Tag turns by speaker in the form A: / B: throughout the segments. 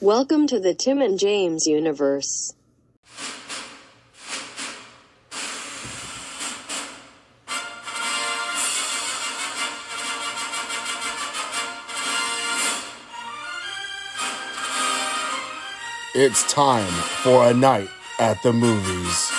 A: Welcome to the Tim and James universe.
B: It's time for a night at the movies.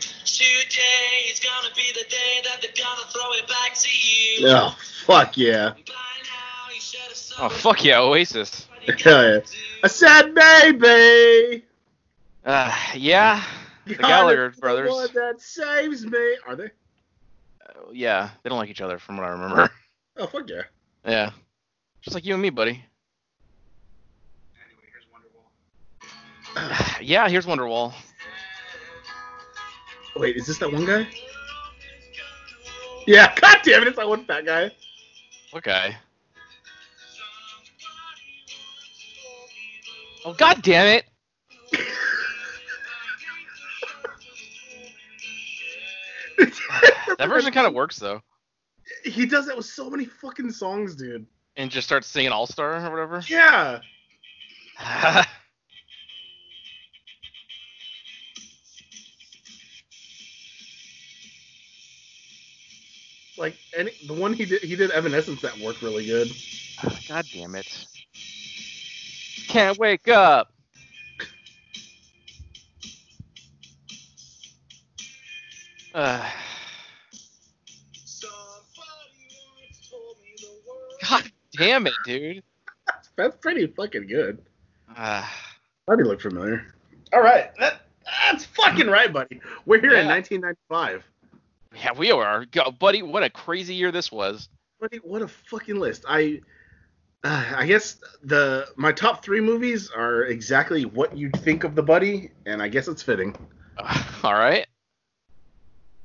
C: Today is gonna be the day that they're gonna throw it back to you.
D: Oh, fuck yeah.
C: By now, you should have
E: Oh fuck yeah, Oasis.
D: Hell yeah. I said maybe.
E: Uh, yeah, the Gallagher
D: God,
E: brothers.
D: The one that saves me. Are they?
E: Uh, Yeah, they don't like each other from what I remember.
D: Oh, fuck yeah.
E: Yeah, just like you and me, buddy. yeah, here's Wonderwall.
D: Wait, is this that one guy? Yeah, god damn it, it's that one fat guy.
E: What guy? Oh god damn it! That version kind of works though,
D: He does that with so many fucking songs, dude.
E: and just starts singing All Star or whatever.
D: Yeah. Like any the one he did he did Evanescence that worked really good.
E: God damn it. Can't wake up. Uh, God damn it, dude.
D: That's pretty fucking good.
E: Uh,
D: That look familiar. All right, that, that's fucking right, buddy. We're here in
E: Yeah.
D: 1995.
E: yeah, we are. Go, buddy, what a crazy year this was.
D: Buddy, what a fucking list. I uh, I guess the my top three movies are exactly what you'd think of the buddy, and I guess it's fitting.
E: Uh, all right.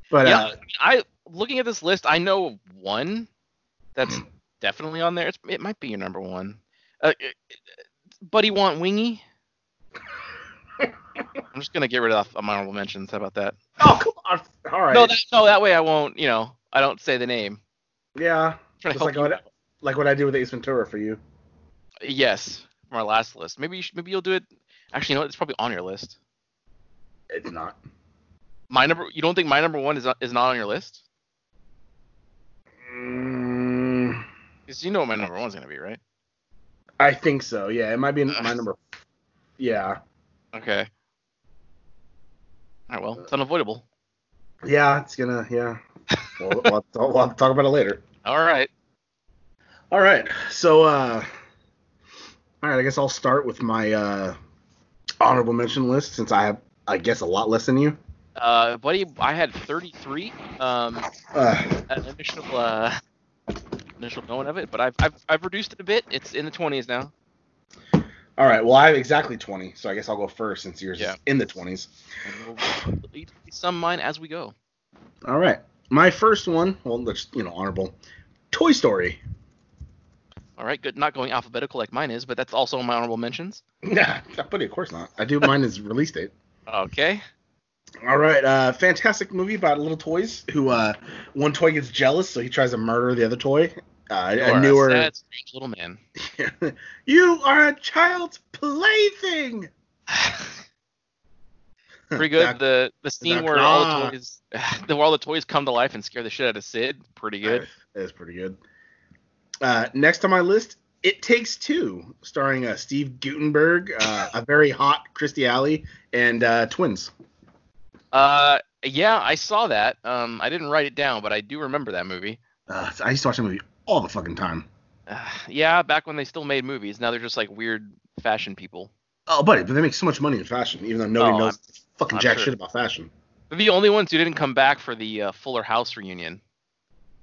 D: But
E: yeah,
D: uh,
E: I looking at this list, I know one that's definitely on there. It's, it might be your number one. Uh, it- it- buddy, want wingy? I'm just gonna get rid of my honorable mentions. How about that?
D: oh, come on. all right.
E: No, that, no, that way I won't. You know, I don't say the name.
D: yeah,
E: I'm trying
D: Just
E: to
D: like
E: help you.
D: what, like what I did with Ace Ventura for you.
E: Yes, from our last list. Maybe you should, maybe you'll do it. Actually, you know, what? it's probably on your list.
D: It's not.
E: My number. You don't think my number one is not, is not on your list?
D: Mm,
E: Because you know what my number one's gonna be, right?
D: I think so. Yeah, it might be my number. Yeah,
E: Okay. All right. Well, it's unavoidable.
D: yeah, it's gonna. Yeah, we'll, we'll, we'll have to talk about it later.
E: All right.
D: All right. So, uh, all right. I guess I'll start with my uh, honorable mention list since I have, I guess, a lot less than you.
E: Uh, buddy, I had 33. Um,
D: Uh,
E: an initial uh, initial knowing of it, but I've, I've I've reduced it a bit. It's in the 20s now.
D: all right. Well, I have exactly 20, so I guess I'll go first since yours
E: Yeah.
D: is in the 20s.
E: And we'll delete some mine as we go.
D: All right. My first one, well, that's you know honorable, Toy Story.
E: All right. Good. Not going alphabetical like mine is, but that's also on my honorable mentions.
D: Nah, buddy, of course not. I do. Mine is release date.
E: Okay.
D: All right. Uh, fantastic movie about little toys who uh, one toy gets jealous, so he tries to murder the other toy. Uh,
E: You
D: a
E: are
D: newer.
E: sad, strange little man.
D: you are a child's plaything.
E: Pretty good.
D: That-
E: the the scene
D: that-
E: where all
D: ah.
E: the toys the where all the toys come to life and scare the shit out of Sid. Pretty good.
D: That is pretty good. Uh, next on my list, It Takes Two, starring uh, Steve Gutenberg, uh, a very hot Christy Alley, and uh, twins.
E: Uh, yeah, I saw that. Um, I didn't write it down, but I do remember that movie.
D: Uh, I used to watch that movie all the fucking time.
E: Uh, yeah, back when they still made movies. Now they're just like weird fashion people.
D: Oh, buddy, but they make so much money in fashion, even though nobody
E: Oh,
D: knows fucking
E: I'm
D: jack
E: sure.
D: shit about fashion.
E: They're the only ones who didn't come back for the uh, Fuller House reunion.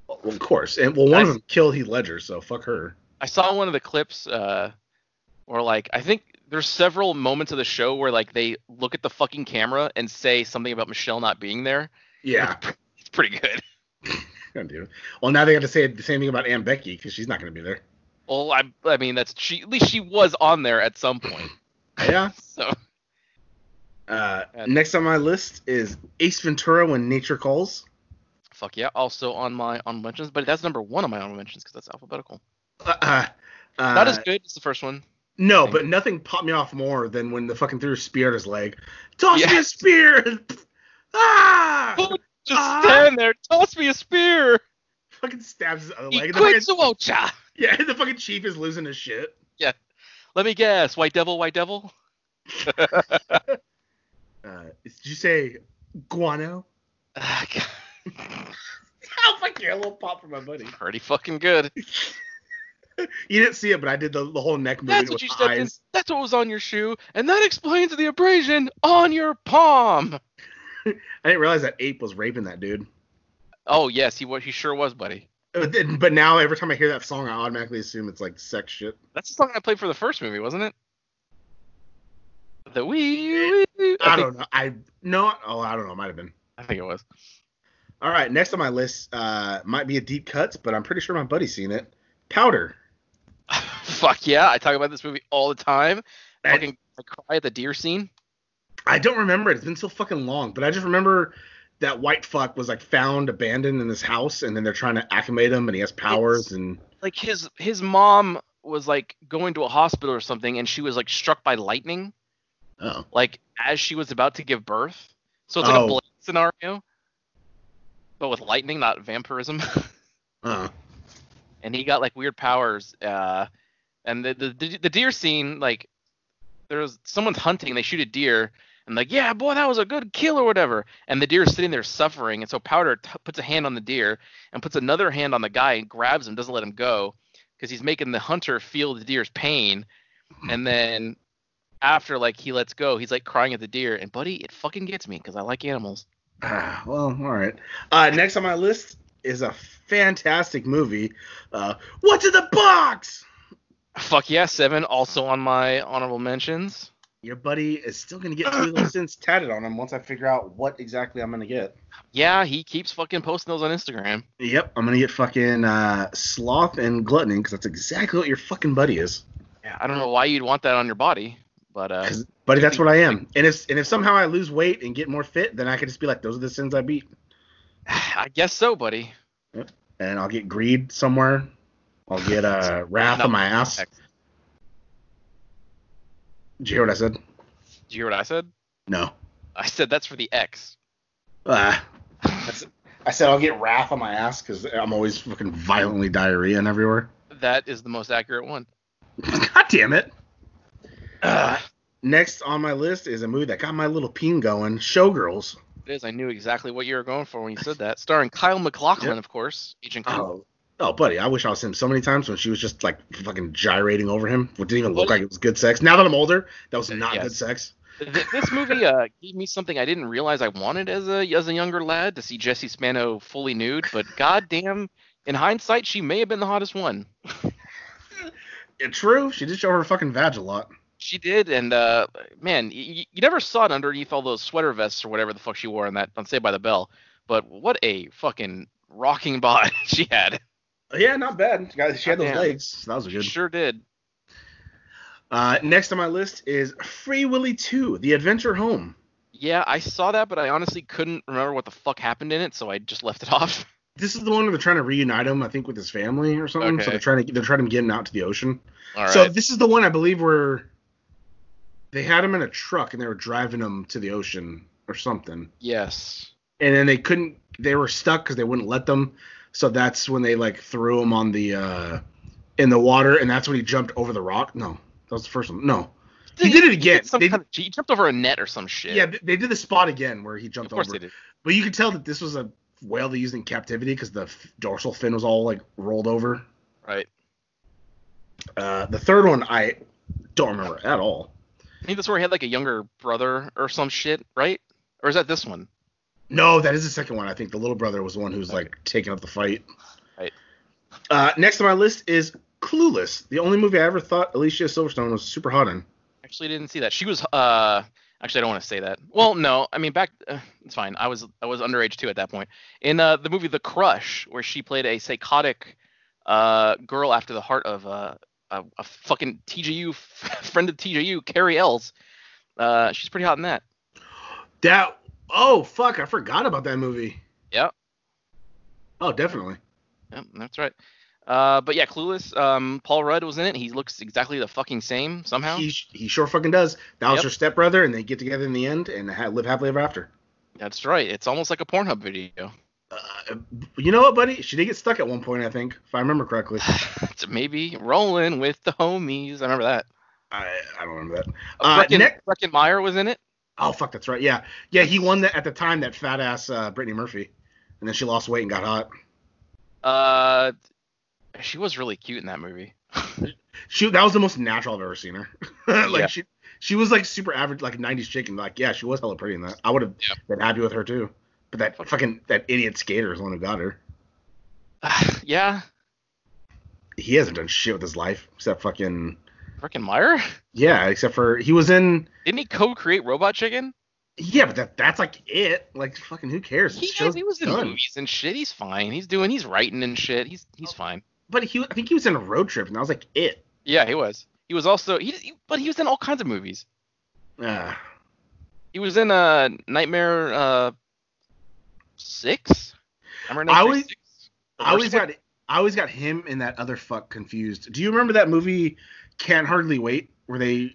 D: Well, of course, and well, one
E: I-
D: of them killed Heath Ledger, so fuck her.
E: I saw one of the clips, uh, or like I think there's several moments of the show where like they look at the fucking camera and say something about Michelle not being there,
D: Yeah.
E: It's pretty good.
D: Oh, dude. Well, now they got to say the same thing about Aunt Becky because she's not going to be there.
E: Well, I, I mean, that's she. At least she was on there at some point.
D: Yeah.
E: So
D: Uh,
E: Yeah.
D: next on my list is Ace Ventura: When Nature Calls.
E: fuck yeah. Also on my on mentions, but that's number one on my own mentions because that's alphabetical.
D: Uh, uh, uh,
E: Not as good as the first one.
D: No, but nothing popped me off more than when the fucking threw a spear at his leg. Toss me
E: Yeah.
D: a spear! ah!
E: Just
D: Ah!
E: stand there. Toss me a spear.
D: fucking stabs his other
E: He
D: leg. The fucking,
E: quits Uocha.
D: yeah, the fucking chief is losing his shit.
E: Let me guess. White devil. White devil.
D: Uh, did you say guano?
E: Ah, God,
D: Oh fuck yeah, a little pop for my buddy.
E: pretty fucking good.
D: You didn't see it, but I did the, the whole neck movement
E: That's
D: with
E: what you
D: the
E: stepped in.
D: eyes.
E: That's what was on your shoe, and that explains the abrasion on your palm.
D: I didn't realize that ape was raping that dude.
E: Oh yes, he was. He sure was, buddy.
D: But then- but now every time I hear that song, I automatically assume it's like sex shit.
E: That's the song I played for the first movie, wasn't it? The wee. wee-
D: I
E: think-
D: don't know. I no. Oh, I don't know. It might have been.
E: I think it was.
D: All right. Next on my list uh, might be a deep cuts, but I'm pretty sure my buddy's seen it. Powder.
E: Fuck yeah! I talk about this movie all the time.
D: I-
E: Fucking I cry at the deer scene.
D: I don't remember it. It's been so fucking long, but I just remember that white fuck was like found abandoned in this house, and then they're trying to acclimate him, and he has powers, and
E: Like his his mom was like going to a hospital or something, and she was like struck by lightning,
D: oh,
E: like as she was about to give birth. So it's like
D: Oh.
E: a blade scenario, but with lightning, not vampirism.
D: uh,
E: and he got like weird powers. Uh, and the, the the deer scene, like there's someone's hunting, and they shoot a deer, and like yeah, boy, that was a good kill or whatever. And the deer is sitting there suffering, and so Powder t- puts a hand on the deer and puts another hand on the guy and grabs him, doesn't let him go, because he's making the hunter feel the deer's pain. And then after like he lets go, he's like crying at the deer, and buddy, it fucking gets me because I like animals.
D: Ah, well, all right. Uh, next on my list is a fantastic movie. Uh, What's in the box?
E: Fuck yeah, seven. Also on my honorable mentions.
D: Your buddy is still gonna get two of those things tatted on him once I figure out what exactly I'm gonna get.
E: Yeah, he keeps fucking posting those on Instagram.
D: Yep, I'm gonna get fucking uh, sloth and gluttony because that's exactly what your fucking buddy is.
E: Yeah, I don't know why you'd want that on your body, but uh,
D: 'Cause, buddy, that's what I am. And if and if somehow I lose weight and get more fit, then I could just be like, those are the sins I beat,
E: I guess so, buddy.
D: and I'll get greed somewhere. I'll get uh, wrath on my ass. Did you hear what I said?
E: Did you hear what I said?
D: No.
E: I said that's for the X.
D: Uh, I said I'll get wrath on my ass because I'm always fucking violently diarrhea and everywhere.
E: that is the most accurate one.
D: God damn it. Uh, Next on my list is a movie that got my little peen going, Showgirls.
E: It is. I knew exactly what you were going for when you said that. Starring Kyle MacLachlan, of course. Agent
D: Oh,
E: Kyle.
D: oh, buddy, I wish I was him so many times when she was just like fucking gyrating over him. It didn't even look like it was good sex. Now that I'm older, that was not
E: Yes.
D: good sex.
E: Th- this movie uh, gave me something I didn't realize I wanted as a as a younger lad to see Jesse Spano fully nude. But goddamn, in hindsight, she may have been the hottest one.
D: Yeah, true, she did show her fucking vag a lot.
E: She did, and uh, man, you, you never saw it underneath all those sweater vests or whatever the fuck she wore in that on Saved by the Bell. But what a fucking rocking bod she had.
D: Yeah, not bad. She got- She had those
E: Goddamn.
D: legs. So that was
E: She
D: good.
E: sure did.
D: Uh, next on my list is Free Willy 2, The Adventure Home.
E: Yeah, I saw that, but I honestly couldn't remember what the fuck happened in it, so I just left it off.
D: This is the one where they're trying to reunite him, I think, with his family or something. So
E: Okay.
D: they're trying to they're trying to get him out to the ocean.
E: All right.
D: so this is the one I believe where they had him in a truck and they were driving him to the ocean or something.
E: yes.
D: And then they couldn't they were stuck because they wouldn't let them. So that's when they like threw him on the uh in the water and that's when he jumped over the rock. No. That was the first one. No. He did it again.
E: Some
D: They-
E: kind of, she jumped over a net or some shit.
D: Yeah, they- they did the spot again where he
E: of
D: jumped
E: course
D: over.
E: they did.
D: But you could tell that this was a whale they used in captivity because the f- dorsal fin was all like rolled over.
E: Right.
D: Uh, the third one I don't remember at all.
E: I think this where he had like a younger brother or some shit, right? Or is that this one?
D: No, that is the second one. I think the little brother was the one who's like taking up the fight.
E: Right.
D: Uh, next on my list is Clueless, the only movie I ever thought Alicia Silverstone was super hot in.
E: Actually, didn't see that. She was uh, Actually, I don't want to say that. Well, no, I mean back. Uh, it's fine. I was I was underage too at that point. In uh, the movie The Crush, where she played a psychotic uh, girl after the heart of uh, a, a fucking TJU friend of TJU, Carrie Ells. Uh, she's pretty hot in that.
D: That oh fuck, I forgot about that movie.
E: Yep.
D: Oh, definitely.
E: Yep, that's right. Uh, but yeah, Clueless. Um, Paul Rudd was in it. He looks exactly the fucking same somehow.
D: He he sure fucking does. That was
E: Yep.
D: her stepbrother, and they get together in the end and ha- live happily ever after.
E: That's right. It's almost like a Pornhub video.
D: Uh, you know what, buddy? She did get stuck at one point, I think, if I remember correctly.
E: It's maybe rolling with the homies. I remember that.
D: I, I don't remember that.
E: Uh,
D: Uh,
E: Brecken,
D: Nick-
E: Brecken Meyer was in it.
D: Oh fuck, that's right. Yeah, yeah, he won that at the time. That fat ass uh, Brittany Murphy, and then she lost weight and got hot.
E: Uh, she was really cute in that movie.
D: She that was the most natural I've ever seen her. like
E: Yeah.
D: she she was like super average, like '90s chicken. Like yeah, she was hella pretty in that. I would have
E: Yeah.
D: been happy with her too. But that fucking that idiot skater is the one who got her.
E: yeah,
D: He hasn't done shit with his life except fucking
E: Brecken Meyer.
D: yeah, except for he was in
E: Didn't he co-create Robot Chicken?
D: yeah, but that that's like it. Like fucking who cares?
E: He,
D: The
E: has,
D: show's
E: he was in
D: done.
E: movies and shit. He's fine. He's doing. He's writing and shit. He's he's fine.
D: But he I think he was in a road trip and that was like it.
E: Yeah, he was. He was also he, he but he was in all kinds of movies.
D: Uh,
E: He was in uh Nightmare uh six. Remember
D: I
E: Nightmare
D: was-
E: six?
D: I
E: The worst
D: always
E: one?
D: got I always got him and that other fuck confused. Do you remember that movie Can't Hardly Wait where they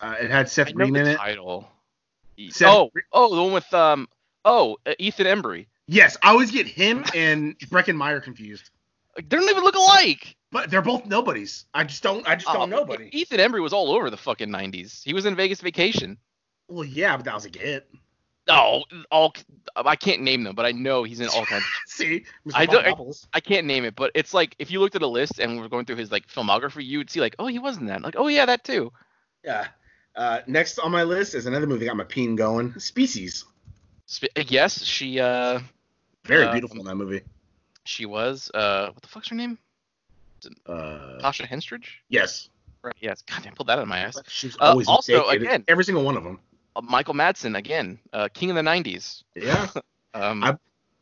D: uh, it had
E: I
D: Seth
E: know
D: Green
E: the
D: in it?
E: title. E-
D: Seth
E: oh,
D: Green-
E: oh, the one with um, oh, uh, Ethan Embry.
D: Yes, I always get him and Brecken Meyer confused.
E: Like, they don't even look alike.
D: But they're both nobodies. I just don't I just
E: Oh,
D: don't know buddy.
E: Ethan Embry was all over the fucking '90s. He was in Vegas Vacation.
D: Well yeah, but that was like it.
E: Oh, all I can't name them, but I know he's in all kinds. Of,
D: See? Mr.
E: I don't-
D: Bobbles.
E: I can't name it, but it's like if you looked at a list and we were going through his like filmography, you would see like, oh, he was in that. Like, oh yeah, that too.
D: Yeah. Uh, next on my list is another movie that got my peen going. Species.
E: Sp- eh, yes, she uh,
D: Very
E: Uh,
D: beautiful in that movie.
E: she was uh, what the fuck's her name?
D: Uh,
E: Tasha Henstridge.
D: yes.
E: Right. Yes. God damn, pulled that out of my ass.
D: She was
E: Uh,
D: always
E: also,
D: naked in
E: again-
D: every single one of them.
E: Uh, Michael Madsen again, uh, King of the '90s.
D: Yeah.
E: Um,
D: I-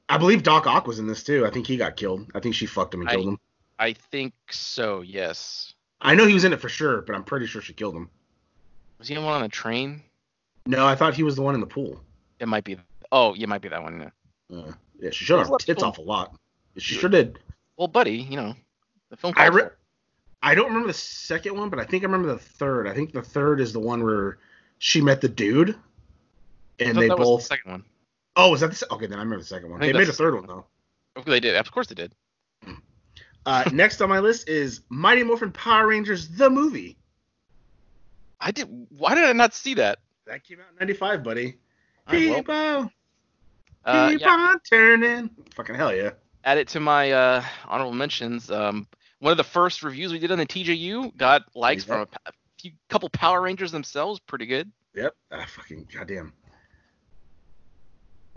D: I believe Doc Ock was in this too. I think he got killed. I think she fucked him and
E: I-
D: killed him.
E: I think so. Yes.
D: I know he was in it for sure, but I'm pretty sure she killed him.
E: Was he the one on the train?
D: No, I thought he was the one in the pool.
E: It might be. Oh, it might be that one. Yeah.
D: Uh, yeah, she showed
E: Who's
D: her
E: left
D: tits
E: pool?
D: off a lot. She sure did.
E: Well, buddy, you know, the film.
D: I
E: calls
D: re-
E: for it.
D: I don't remember the second one, but I think I remember the third. I think the third is the one where she met the dude,
E: I
D: and
E: thought
D: they
E: that was the
D: both.
E: second one.
D: oh, was that the? se- Okay, then I remember the second one.
E: I
D: They
E: think
D: made a
E: that's-
D: third one though.
E: Okay, Oh, they did. Of course they did.
D: Uh, next on my list is Mighty Morphin Power Rangers the movie.
E: I did. Why did I not see that?
D: That came out in '95, buddy.
E: All right, well,
D: People,
E: uh,
D: keep
E: yeah,
D: on turning. Fucking hell yeah.
E: add it to my uh, honorable mentions. Um, one of the first reviews we did on the TJU got likes
D: Yeah.
E: from a, pa- few, couple Power Rangers themselves. Pretty good.
D: Yep. Ah, fucking goddamn.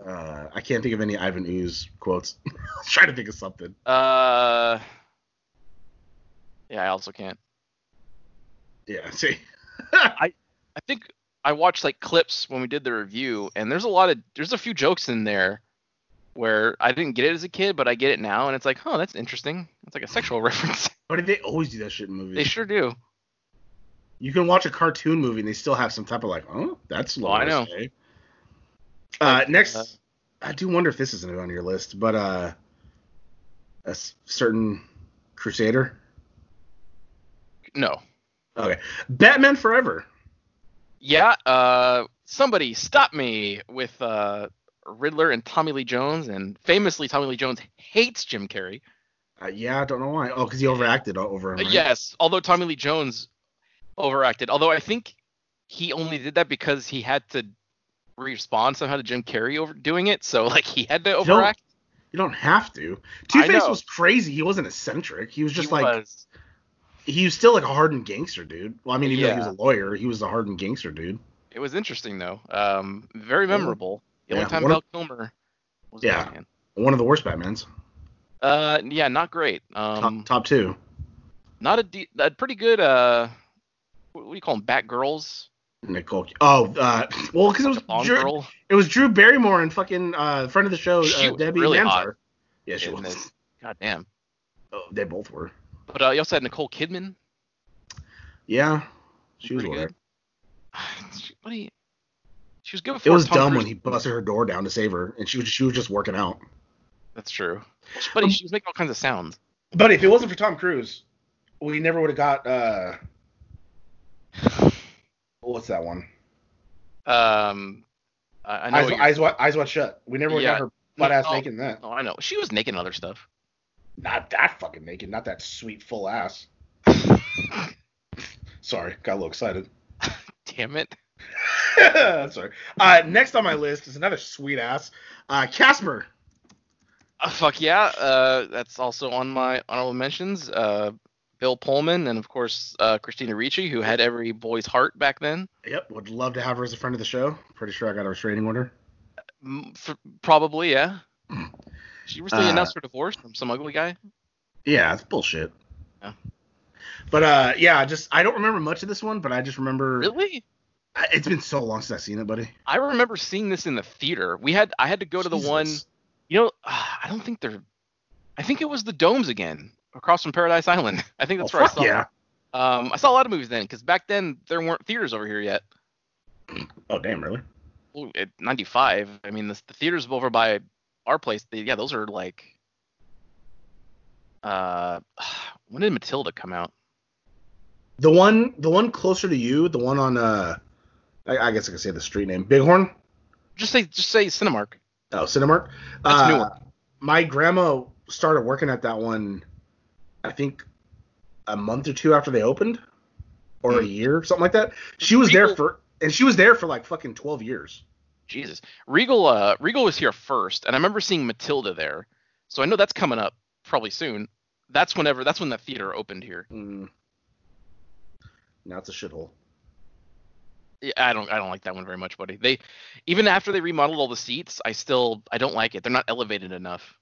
D: Uh, I can't think of any Ivan Ooze quotes. Try to think of something.
E: Uh, yeah, I also can't.
D: Yeah. See.
E: I think I watched like clips when we did the review, and there's a lot of there's a few jokes in there where I didn't get it as a kid, but I get it now, and it's like, oh, that's interesting. It's like a sexual reference.
D: Why do they always do that shit in movies?
E: they sure do.
D: You can watch a cartoon movie and they still have some type of like, oh, that's
E: Well, I know.
D: risque." Uh, next,
E: uh,
D: I do wonder if this isn't on your list, but uh, a s- certain Crusader.
E: No.
D: Okay, Batman Forever.
E: Yeah. Uh, somebody stop me with uh Riddler and Tommy Lee Jones, and famously Tommy Lee Jones hates Jim Carrey.
D: Uh, yeah, I don't know why. Oh, because he overacted o- over him.
E: Uh,
D: Right?
E: Yes, although Tommy Lee Jones overacted. Although I think he only did that because he had to respond somehow to Jim Carrey overdoing it. So like he had to
D: Don't-
E: overact.
D: You don't have to. Two Face
E: know.
D: was crazy. He wasn't eccentric. He was just
E: He
D: like
E: was.
D: he was still like a hardened gangster dude. Well, I mean, even though he was
E: Yeah.
D: a lawyer, he was a hardened gangster dude.
E: It was interesting though. Um, very memorable. The
D: Yeah,
E: only time
D: one
E: Val
D: of-
E: Kilmer was
D: Yeah.
E: Batman.
D: One of the worst Batmans.
E: Uh, yeah, not great. Um,
D: top, top two.
E: not a, de- a pretty good. Uh, what do you call them? Batgirls.
D: Nicole. Oh, uh, well, because it was
E: Long
D: Drew,
E: Girl.
D: it was Drew Barrymore and fucking uh, friend of the show
E: She
D: uh,
E: was
D: Debbie
E: really
D: really
E: hot.
D: Yeah, she
E: in
D: was.
E: this. God damn.
D: Oh, they both were.
E: But uh, you also had Nicole Kidman.
D: Yeah, she was
E: Pretty
D: alright.
E: good. She- what do you? She was good
D: It
E: before.
D: was
E: Tom
D: dumb
E: Cruise-
D: when he busted her door down to save her, and she was she was just working out.
E: That's true. But
D: Um,
E: he, she was making all kinds of sounds.
D: But if it wasn't for Tom Cruise, we never would have got uh, what's that one?
E: Um, I, I know. what
D: Eyes,
E: you're-
D: eyes, wide, eyes wide shut. We never would've
E: Yeah.
D: got her butt
E: No,
D: ass
E: no.
D: naked in that.
E: oh, I know. She was naked in other stuff.
D: Not that fucking naked. Not that sweet full ass. Sorry, got a little excited.
E: Damn it.
D: Sorry. Uh, next on my list is another sweet ass, uh, Casper.
E: Uh, fuck yeah. Uh, that's also on my honorable mentions. Uh, Bill Pullman and of course uh, Christina Ricci, who had every boy's heart back then.
D: Yep, would love to have her as a friend of the show. Pretty sure I got a restraining order.
E: M- f probably yeah. She recently
D: Uh,
E: announced her divorce from some ugly guy.
D: Yeah, it's bullshit.
E: Yeah.
D: But uh, yeah, just I don't remember much of this one, but I just remember
E: Really?
D: I- it's been so long since I've seen it, buddy.
E: I remember seeing this in the theater. We had I had to go to the one.
D: Jesus.
E: You know, uh, I don't think they're. I think it was the domes again across from Paradise Island. I think that's
D: Oh,
E: where I
D: fuck
E: saw. it.
D: yeah.
E: Um, I saw a lot of movies then because back then there weren't theaters over here yet.
D: Oh damn, really?
E: Ooh, at 95. I mean, the, the theaters over by our place. They, yeah, those are like. Uh, when did Matilda come out?
D: The one, the one closer to you, the one on uh, I, I guess I could say the street name, Bighorn.
E: Just say just say Cinemark.
D: Oh, Cinemark.
E: That's
D: uh,
E: a new one.
D: My grandma started working at that one, I think, a month or two after they opened, or a
E: Hmm.
D: year, something like that. She was there
E: People-
D: for, and she was there for like fucking twelve years.
E: Jesus. Regal uh Regal was here first, and I remember seeing Matilda there. So I know that's coming up probably soon. That's whenever that's when the theater opened here.
D: Mm. Now it's a shithole.
E: Yeah, I don't I don't like that one very much, buddy. They even after they remodeled all the seats, I still I don't like it. They're not elevated enough.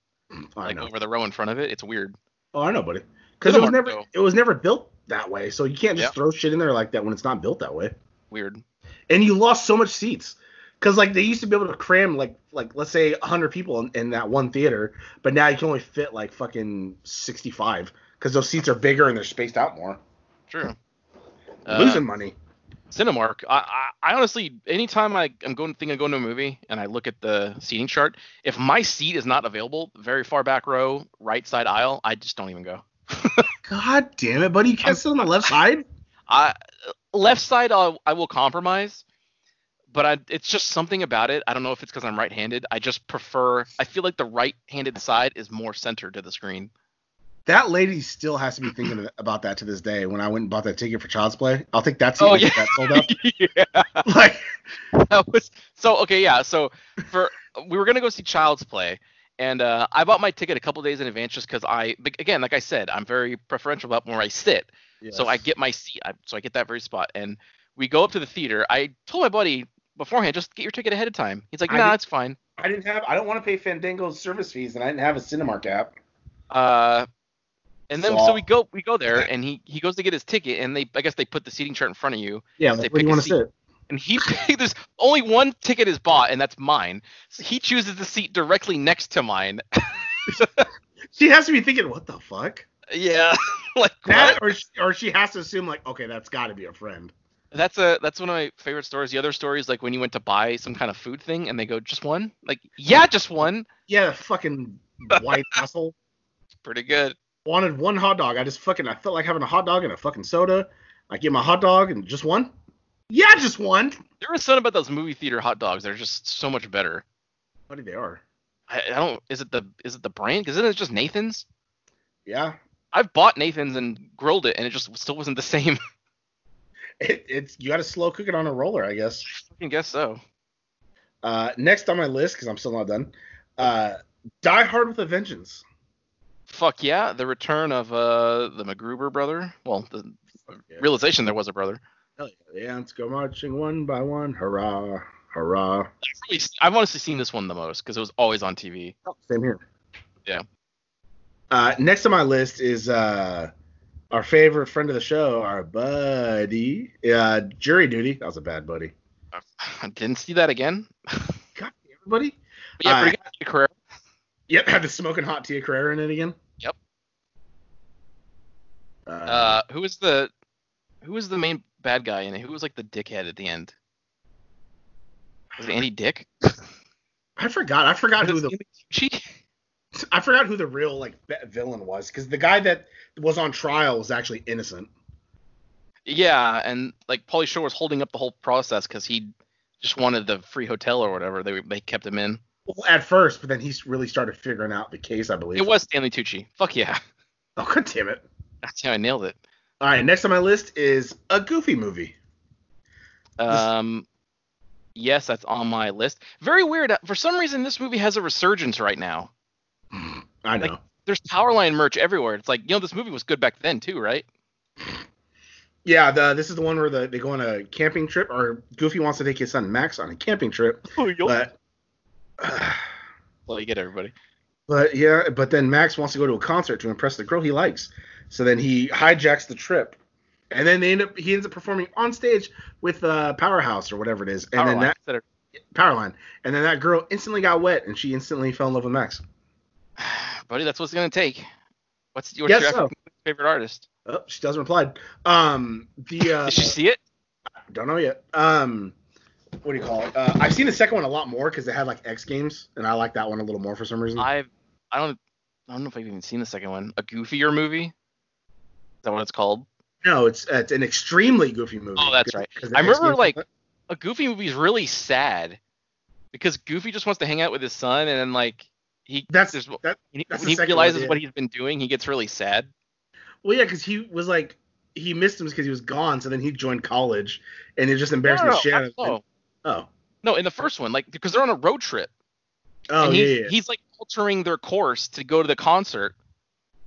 D: I
E: like
D: know.
E: over the row in front of it. It's weird.
D: Oh, I know, buddy. Because it was
E: Cinemark,
D: never,
E: though.
D: it was never built that way. So you can't just
E: Yeah.
D: throw shit in there like that when it's not built that way.
E: Weird.
D: and you lost so much seats because like they used to be able to cram like like let's say 100 people in, in that one theater but now you can only fit like fucking 65 because those seats are bigger and they're spaced out more
E: True.
D: losing money
E: Cinemark. I, I, I honestly, anytime I, I'm going thinking of going to a movie and I look at the seating chart, if my seat is not available, very far back row, right side aisle, I just don't even go.
D: god damn it buddy you can't sit on the left side
E: I left side I'll, I will compromise, but I it's just something about it. I don't know if it's because I'm right-handed. I just prefer. I feel like the right-handed side is more centered to the screen.
D: that lady still has to be thinking of- about that to this day when i went and bought that ticket for child's play i'll take that seat
E: Oh,
D: and
E: yeah.
D: get that sold out
E: yeah,
D: like
E: that was so okay. Yeah, so for we were gonna go see Child's Play, and uh, I bought my ticket a couple days in advance just because I bec- again, like I said, I'm very preferential about where I sit. So I get my seat. I, so I get that very spot. And we go up to the theater. I told my buddy beforehand, just get your ticket ahead of time. He's like,
D: I
E: nah,
D: did-
E: it's fine.
D: i didn't have i don't want to pay fandango's service fees and i didn't have a cinemark app
E: Uh, and then so
D: Wow.
E: we go we go there, and he he goes to get his ticket, and they I guess they put the seating chart in front of you,
D: yeah
E: They
D: like, where do
E: pick
D: you
E: a
D: want to
E: seat.
D: sit
E: and he picked- there's only one ticket is bought, and that's mine. So he chooses the seat directly next to mine.
D: she has to be thinking what the fuck
E: yeah, like
D: That
E: what?
D: or she, or she has to assume like, okay, that's got to be a friend.
E: that's a that's one of my favorite stories. The other story is like when you went to buy some kind of food thing, and they go just one, like yeah, just one.
D: Yeah, that fucking white asshole
E: Pretty good.
D: wanted one hot dog. I just fucking I felt like having a hot dog and a fucking soda. I get my hot dog and just one. Yeah, just one.
E: There was something about those movie theater hot dogs. They're just so much better.
D: Buddy, they are.
E: I, I don't. Is it the is it the brand? Because isn't it just Nathan's?
D: Yeah,
E: I've bought Nathan's and grilled it, and it just still wasn't the same.
D: it, it's you got to slow cook it on a roller, I guess.
E: I guess so.
D: Uh, next on my list because I'm still not done. Uh, Die Hard with a Vengeance.
E: Fuck yeah, the return of uh the MacGruber brother. Well, the
D: Yeah.
E: realization there was a brother.
D: Hell yeah. The ants go marching one by one. Hurrah, hurrah.
E: I've really- I've honestly seen this one the most because it was always on TV.
D: Oh, Same here.
E: Yeah.
D: Uh, next on my list is uh, our favorite friend of the show, our buddy, uh, jury duty. That was a bad buddy.
E: I didn't see that again.
D: God, everybody.
E: But yeah,
D: All
E: pretty good career.
D: Yep, had the smoking hot Tia Carrera in it again.
E: Yep.
D: Uh,
E: Uh, who was the who was the main bad guy in it? Who was like the dickhead at the end? Was it Andy Dick?
D: I forgot. I forgot who
E: Was it
D: the
E: Gucci?
D: I forgot who the real like be- villain was because the guy that was on trial was actually innocent.
E: Yeah, and like Paulie Shore was holding up the whole process because he just wanted the free hotel or whatever. They they kept him in.
D: Well, at first, but then he really started figuring out the case. I believe.
E: It was Stanley Tucci. Fuck yeah,
D: Oh god damn it!
E: that's how I nailed it.
D: All right, next on my list is a Goofy movie.
E: Um, yes, that's on my list. Very weird. uh, For some reason, this movie has a resurgence right now.
D: I know.
E: Like- There's power line merch everywhere. It's like you know this movie was good back then too, right?
D: yeah, the this is the one where the, they go on a camping trip, or Goofy wants to take his son Max on a camping trip,
E: Oh, you
D: but.
E: Well, you get everybody.
D: But yeah, but then Max wants to go to a concert to impress the girl he likes. So then he hijacks the trip, and then they end up he ends up performing on stage with uh, Powerhouse or whatever it is, and
E: Power
D: then
E: line.
D: that
E: Instead of-
D: Powerline, and then that girl instantly got wet, and she instantly fell in love with Max.
E: buddy, that's what's gonna take. What's, what's
D: Yes,
E: your
D: so.
E: favorite artist?
D: Oh, she doesn't reply. Um, the uh,
E: Did you see it?
D: don't know yet. Um, what do you call it? Uh, I've seen the second one a lot more because they had like X Games, and I like that one a little more for some reason.
E: I I don't I don't know if I've even seen the second one. A goofier movie? Is that what it's called?
D: no, it's uh, it's an extremely goofy movie.
E: Oh, that's
D: 'cause-
E: right.
D: 'cause
E: I
D: the X
E: remember,
D: Games-
E: like, A goofy movie is really sad because Goofy just wants to hang out with his son and then like he
D: That's-
E: there's-
D: that-
E: when he,
D: that's
E: when
D: the
E: he
D: second one,
E: realizes
D: yeah.
E: what he's been doing, he gets really sad.
D: Well, yeah, because he was like he missed him because he was gone. So then he joined college, and it just
E: No,
D: embarrassed
E: no,
D: the shit out
E: no,
D: of him.
E: no,
D: Oh,
E: no, in the first one, like because they're on a road trip.
D: oh
E: and
D: yeah,
E: he's,
D: yeah.
E: he's like altering their course to go to the concert.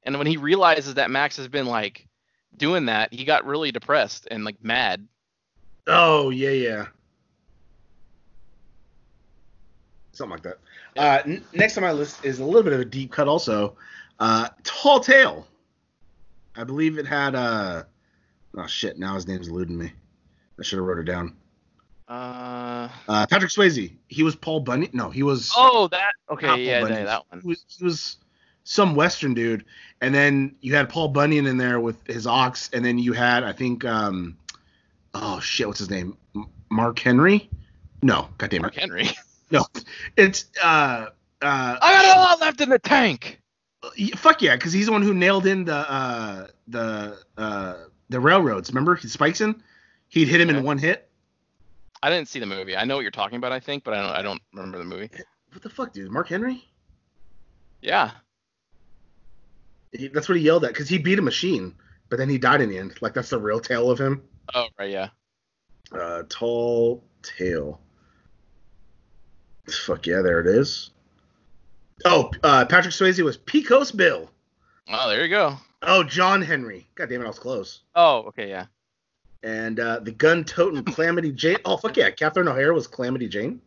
E: And when he realizes that Max has been like doing that, he got really depressed and like mad.
D: oh yeah, yeah. Something like that. Uh, n- next on my list is a little bit of a deep cut, also. Uh, Tall Tale. I believe it had uh oh shit. Now his name's eluding me. I should have wrote it down.
E: Uh
D: Uh, Patrick Swayze. He was Paul Bunny. No, he was.
E: Oh, that okay,
D: Apple
E: yeah,
D: Bunny.
E: yeah, that one.
D: He was, he was some Western dude, and then you had Paul Bunyan in there with his ox, and then you had I think, um, oh shit, what's his name? M- Mark Henry? No, goddamn
E: Mark
D: it,
E: Henry.
D: no, it's uh, uh,
E: I got a lot left in the tank.
D: y- fuck yeah, because he's the one who nailed in the uh, the uh, the railroads. Remember, he spikes in, he'd hit him
E: Yeah.
D: in one hit.
E: I didn't see the movie. I know what you're talking about, I think, but I don't. I don't remember the movie.
D: What the fuck, dude? Mark Henry?
E: Yeah.
D: He, that's what he yelled at because he beat a machine, but then he died in the end. Like that's the real tale of him.
E: Oh right, yeah.
D: Uh, tall tale. Fuck yeah, there it is. Oh, uh, Patrick Swayze was Pecos Bill.
E: Oh, there you go.
D: Oh, John Henry. God damn it, I was close.
E: Oh, okay, yeah.
D: And uh, the gun toting Calamity Jane. Oh fuck yeah, Catherine O'Hara was Calamity Jane.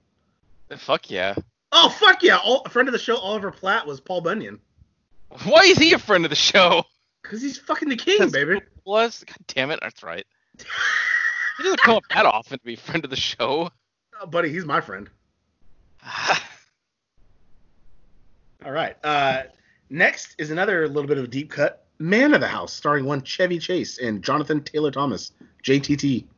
E: Fuck yeah.
D: Oh fuck yeah, All, a friend of the show Oliver Platt was Paul Bunyan.
E: Why is he a friend of the show?
D: Cause he's fucking the king,
E: That's
D: baby.
E: Was God damn it, that's right. He doesn't come up that often to be friend of the show.
D: Oh, buddy, he's my friend.
E: I
D: All right. Uh, next is another little bit of a deep cut. Man of the House, starring one Chevy Chase and Jonathan Taylor Thomas, JTT.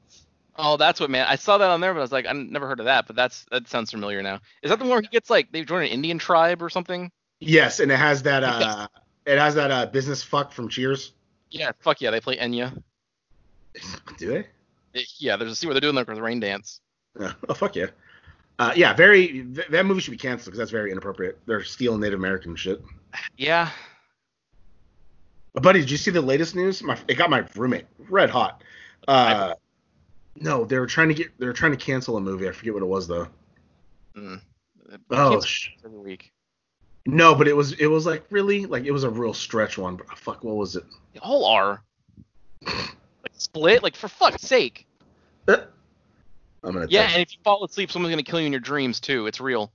E: Oh, that's what man. I saw that on there, but I was like, I never heard of that. But that's that sounds familiar now. Is that the one where he gets like they join an Indian tribe or something?
D: Yes, and it has that uh it has that uh business fuck from Cheers.
E: Yeah, fuck yeah. They play Enya.
D: Do they?
E: Yeah, there's a scene where they're doing like with rain dance.
D: Yeah. Oh fuck yeah. Uh, yeah, very. Th- that movie should be canceled because that's very inappropriate. They're stealing Native American shit.
E: Yeah.
D: But buddy, did you see the latest news? My it got my roommate red hot. Uh, no, they were trying to get they were trying to cancel a movie. I forget what it was though.
E: Mm. Uh,
D: Oh
E: kids
D: sh-
E: every week.
D: no, but it was it was like really like it was a real stretch one. But fuck, what was it?
E: They all are. Like split, like for fuck's sake.
D: Uh, I'm gonna
E: Yeah,
D: text-
E: and if you fall asleep, someone's gonna kill you in your dreams too. It's real.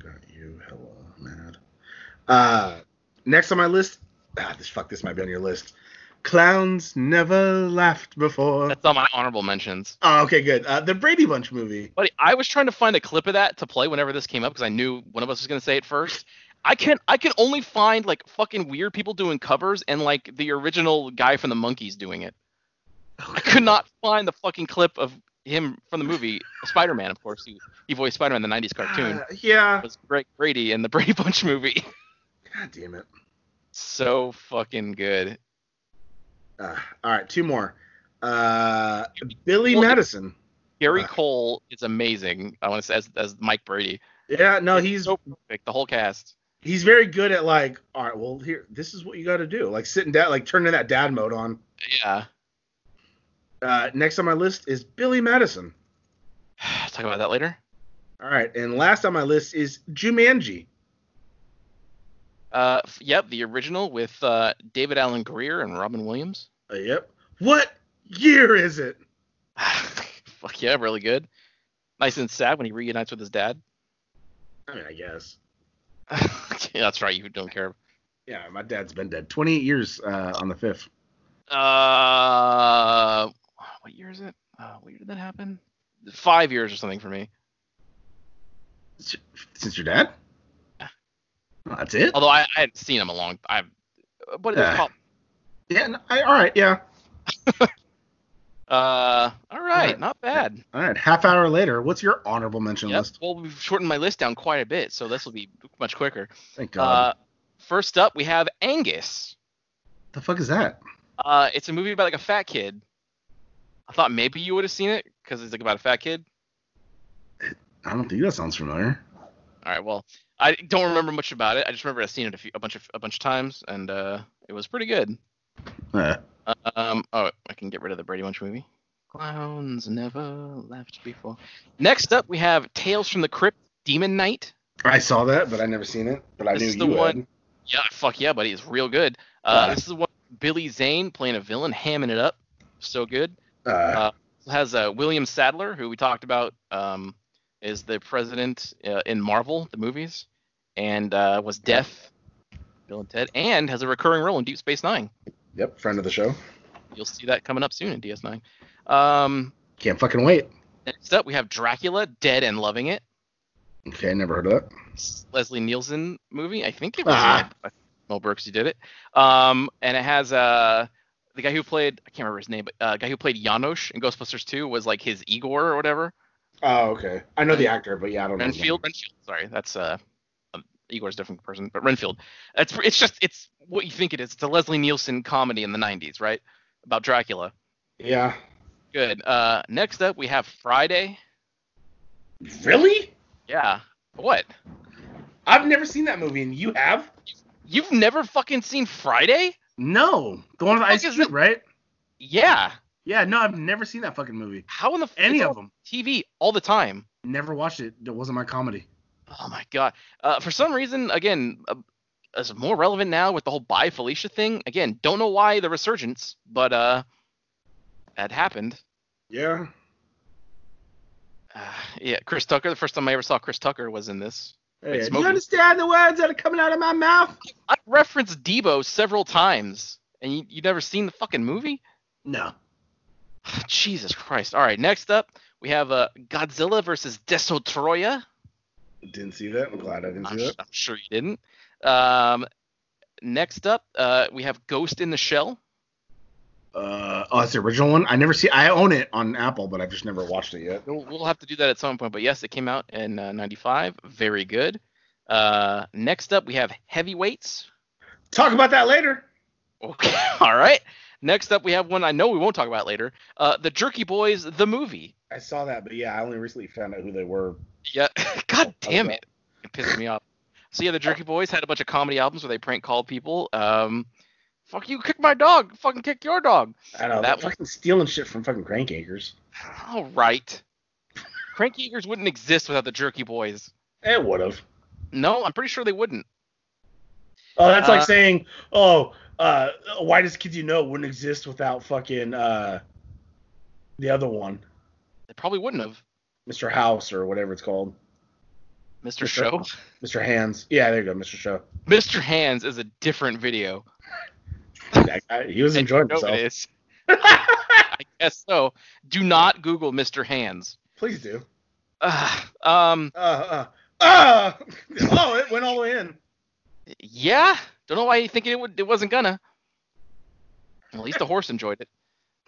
D: Got you hella mad. Uh, next on my list, ah, this fuck, this might be on your list. Clowns never laughed before.
E: That's on my honorable mentions.
D: Oh, okay, good. Uh, the Brady Bunch movie.
E: Buddy, I was trying to find a clip of that to play whenever this came up because I knew one of us was gonna say it first. I can I can only find like fucking weird people doing covers and like the original guy from the monkeys doing it. I could not find the fucking clip of him from the movie Spider Man, of course. He, he voiced Spider Man the nineties cartoon.
D: Uh, yeah.
E: It was Greg Brady in the Brady Bunch movie.
D: God damn it.
E: So fucking good.
D: Uh, all right, two more. Uh, Billy
E: Well,
D: Madison.
E: Gary
D: Uh.
E: Cole is amazing. I want to say as as Mike Brady.
D: Yeah, no, he's
E: so perfect. The whole cast.
D: he's very good at like, all right, well here, this is what you got to do, like sitting down, like turning that dad mode on.
E: Yeah.
D: Uh, next on my list is Billy Madison.
E: Talk about that later.
D: All right, and last on my list is Jumanji.
E: Uh, f- yep, the original with uh, David Allen Greer and Robin Williams.
D: Uh, yep. What year is it?
E: Fuck yeah, really good. Nice and sad when he reunites with his dad.
D: I mean, I guess.
E: yeah, that's right, you don't care.
D: Yeah, my dad's been dead 28 years uh, on the fifth.
E: Uh, what year is it? Uh, what year did that happen? Five years or something for me.
D: Since your dad? Well, that's it.
E: Although I, I hadn't seen him a long. I, what is
D: Yeah.
E: it called?
D: Yeah. no, I, all right. Yeah.
E: Uh, all right,
D: Alright.
E: not bad.
D: All right. Half hour later. What's your honorable mention
E: Yep.
D: list?
E: Well, we've shortened my list down quite a bit, so this will be much quicker.
D: Thank God.
E: Uh, first up, we have Angus.
D: the fuck is that?
E: Uh, it's a movie about like a fat kid. I thought maybe you would have seen it because it's like about a fat kid.
D: I don't think that sounds familiar.
E: All right, well, I don't remember much about it. I just remember I've seen it a, few, a bunch of a bunch of times, and uh, it was pretty good.
D: Uh,
E: Um, oh, I can get rid of the Brady Bunch movie. Clowns never left before. Next up, we have Tales from the Crypt, Demon Knight.
D: I saw that, but I never seen it. But I
E: This
D: knew
E: is the
D: you
E: one-
D: would.
E: Yeah, fuck yeah, buddy, it's real good. Uh,
D: Uh.
E: this is the one Billy Zane playing a villain, hamming it up, so good.
D: Uh,
E: has uh, William Sadler, who we talked about, um, is the president uh, in Marvel, the movies, and uh, was deaf, Bill and Ted, and has a recurring role in Deep Space Nine.
D: yep. Friend of the show.
E: You'll see that coming up soon in DS9. Um,
D: Can't fucking wait.
E: next up, we have Dracula, Dead and Loving It,
D: Okay. Never heard of that.
E: It's Leslie Nielsen movie. I think it was
D: Ah.
E: Mel- Mel Brooks who did it. Um, and it has uh, the guy who played, I can't remember his name, but uh, guy who played Janosch in Ghostbusters 2 was like his Igor or whatever.
D: Oh, okay. I know the actor, but yeah, I don't know. his name.
E: Renfield. Renfield. Sorry, that's uh, um, Igor's a different person, but Renfield. It's it's just it's what you think it is. It's a Leslie Nielsen comedy in the '90s, right? About Dracula.
D: Yeah.
E: Good. Uh, next up we have Friday.
D: Really?
E: Yeah. What?
D: I've never seen that movie, and you have?
E: You've never fucking seen Friday?
D: No, the one with
E: fuck
D: Ice
E: is
D: Cube,
E: it?
D: right?
E: Yeah.
D: Yeah, no, I've never seen that fucking movie.
E: How in the f-
D: Any
E: it's
D: of
E: on
D: them?
E: TV all the time.
D: Never watched it. It wasn't my comedy.
E: Oh my god. Uh, for some reason, again, uh, is more relevant now with the whole "Bye Felicia" thing. Again, don't know why the resurgence, but uh, that happened.
D: Yeah.
E: Uh, yeah, Chris Tucker. The first time I ever saw Chris Tucker was in this.
D: Hey, do you
E: smoking.
D: understand the words that are coming out of my mouth?
E: I referenced Debo several times, and you you never seen the fucking movie?
D: No.
E: Jesus Christ! All right, next up we have uh, Godzilla versus Desotroya.
D: Didn't see that. I'm glad I didn't
E: I'm, sh- I'm sure you didn't. Um, next up uh, we have Ghost in the Shell.
D: Uh, oh, it's the original one. I never see. I own it on Apple, but I've just never watched it yet.
E: We'll, we'll have to do that at some point, but yes, it came out in uh, '95. Very good. Uh, next up we have Heavyweights.
D: Talk about that later.
E: Okay. All right. Next up, we have one I know we won't talk about later. Uh, the Jerky Boys, the movie.
D: I saw that, but yeah, I only recently found out who they were.
E: Yeah. God
D: Oh,
E: damn
D: okay.
E: it. It pissed me off. So yeah, the Jerky Boys had a bunch of comedy albums where they prank called people. Um, fuck you, kick my dog. Fucking kick your dog.
D: I don't know.
E: That
D: That fucking stealing shit from fucking crank acres.
E: All right. Crank Eaters wouldn't exist without the Jerky Boys.
D: It would have.
E: No, I'm pretty sure they wouldn't.
D: Oh, that's like
E: Uh,
D: saying, oh, uh, whitest kids you know wouldn't exist without fucking uh, the other one,
E: They probably wouldn't have.
D: Mr. House or whatever it's called.
E: Mr. Show.
D: Mr. Hands. Yeah, there you go, Mr. Show.
E: Mr. Hands is a different video.
D: That guy, he was
E: And
D: enjoying
E: you know it
D: himself.
E: is. I guess so. Do not Google Mr. Hands.
D: Please do.
E: Ugh, um,
D: Uh, uh, uh. Oh, it went all the way in.
E: yeah. Don't know why you think it would. It wasn't gonna. At least the horse enjoyed it.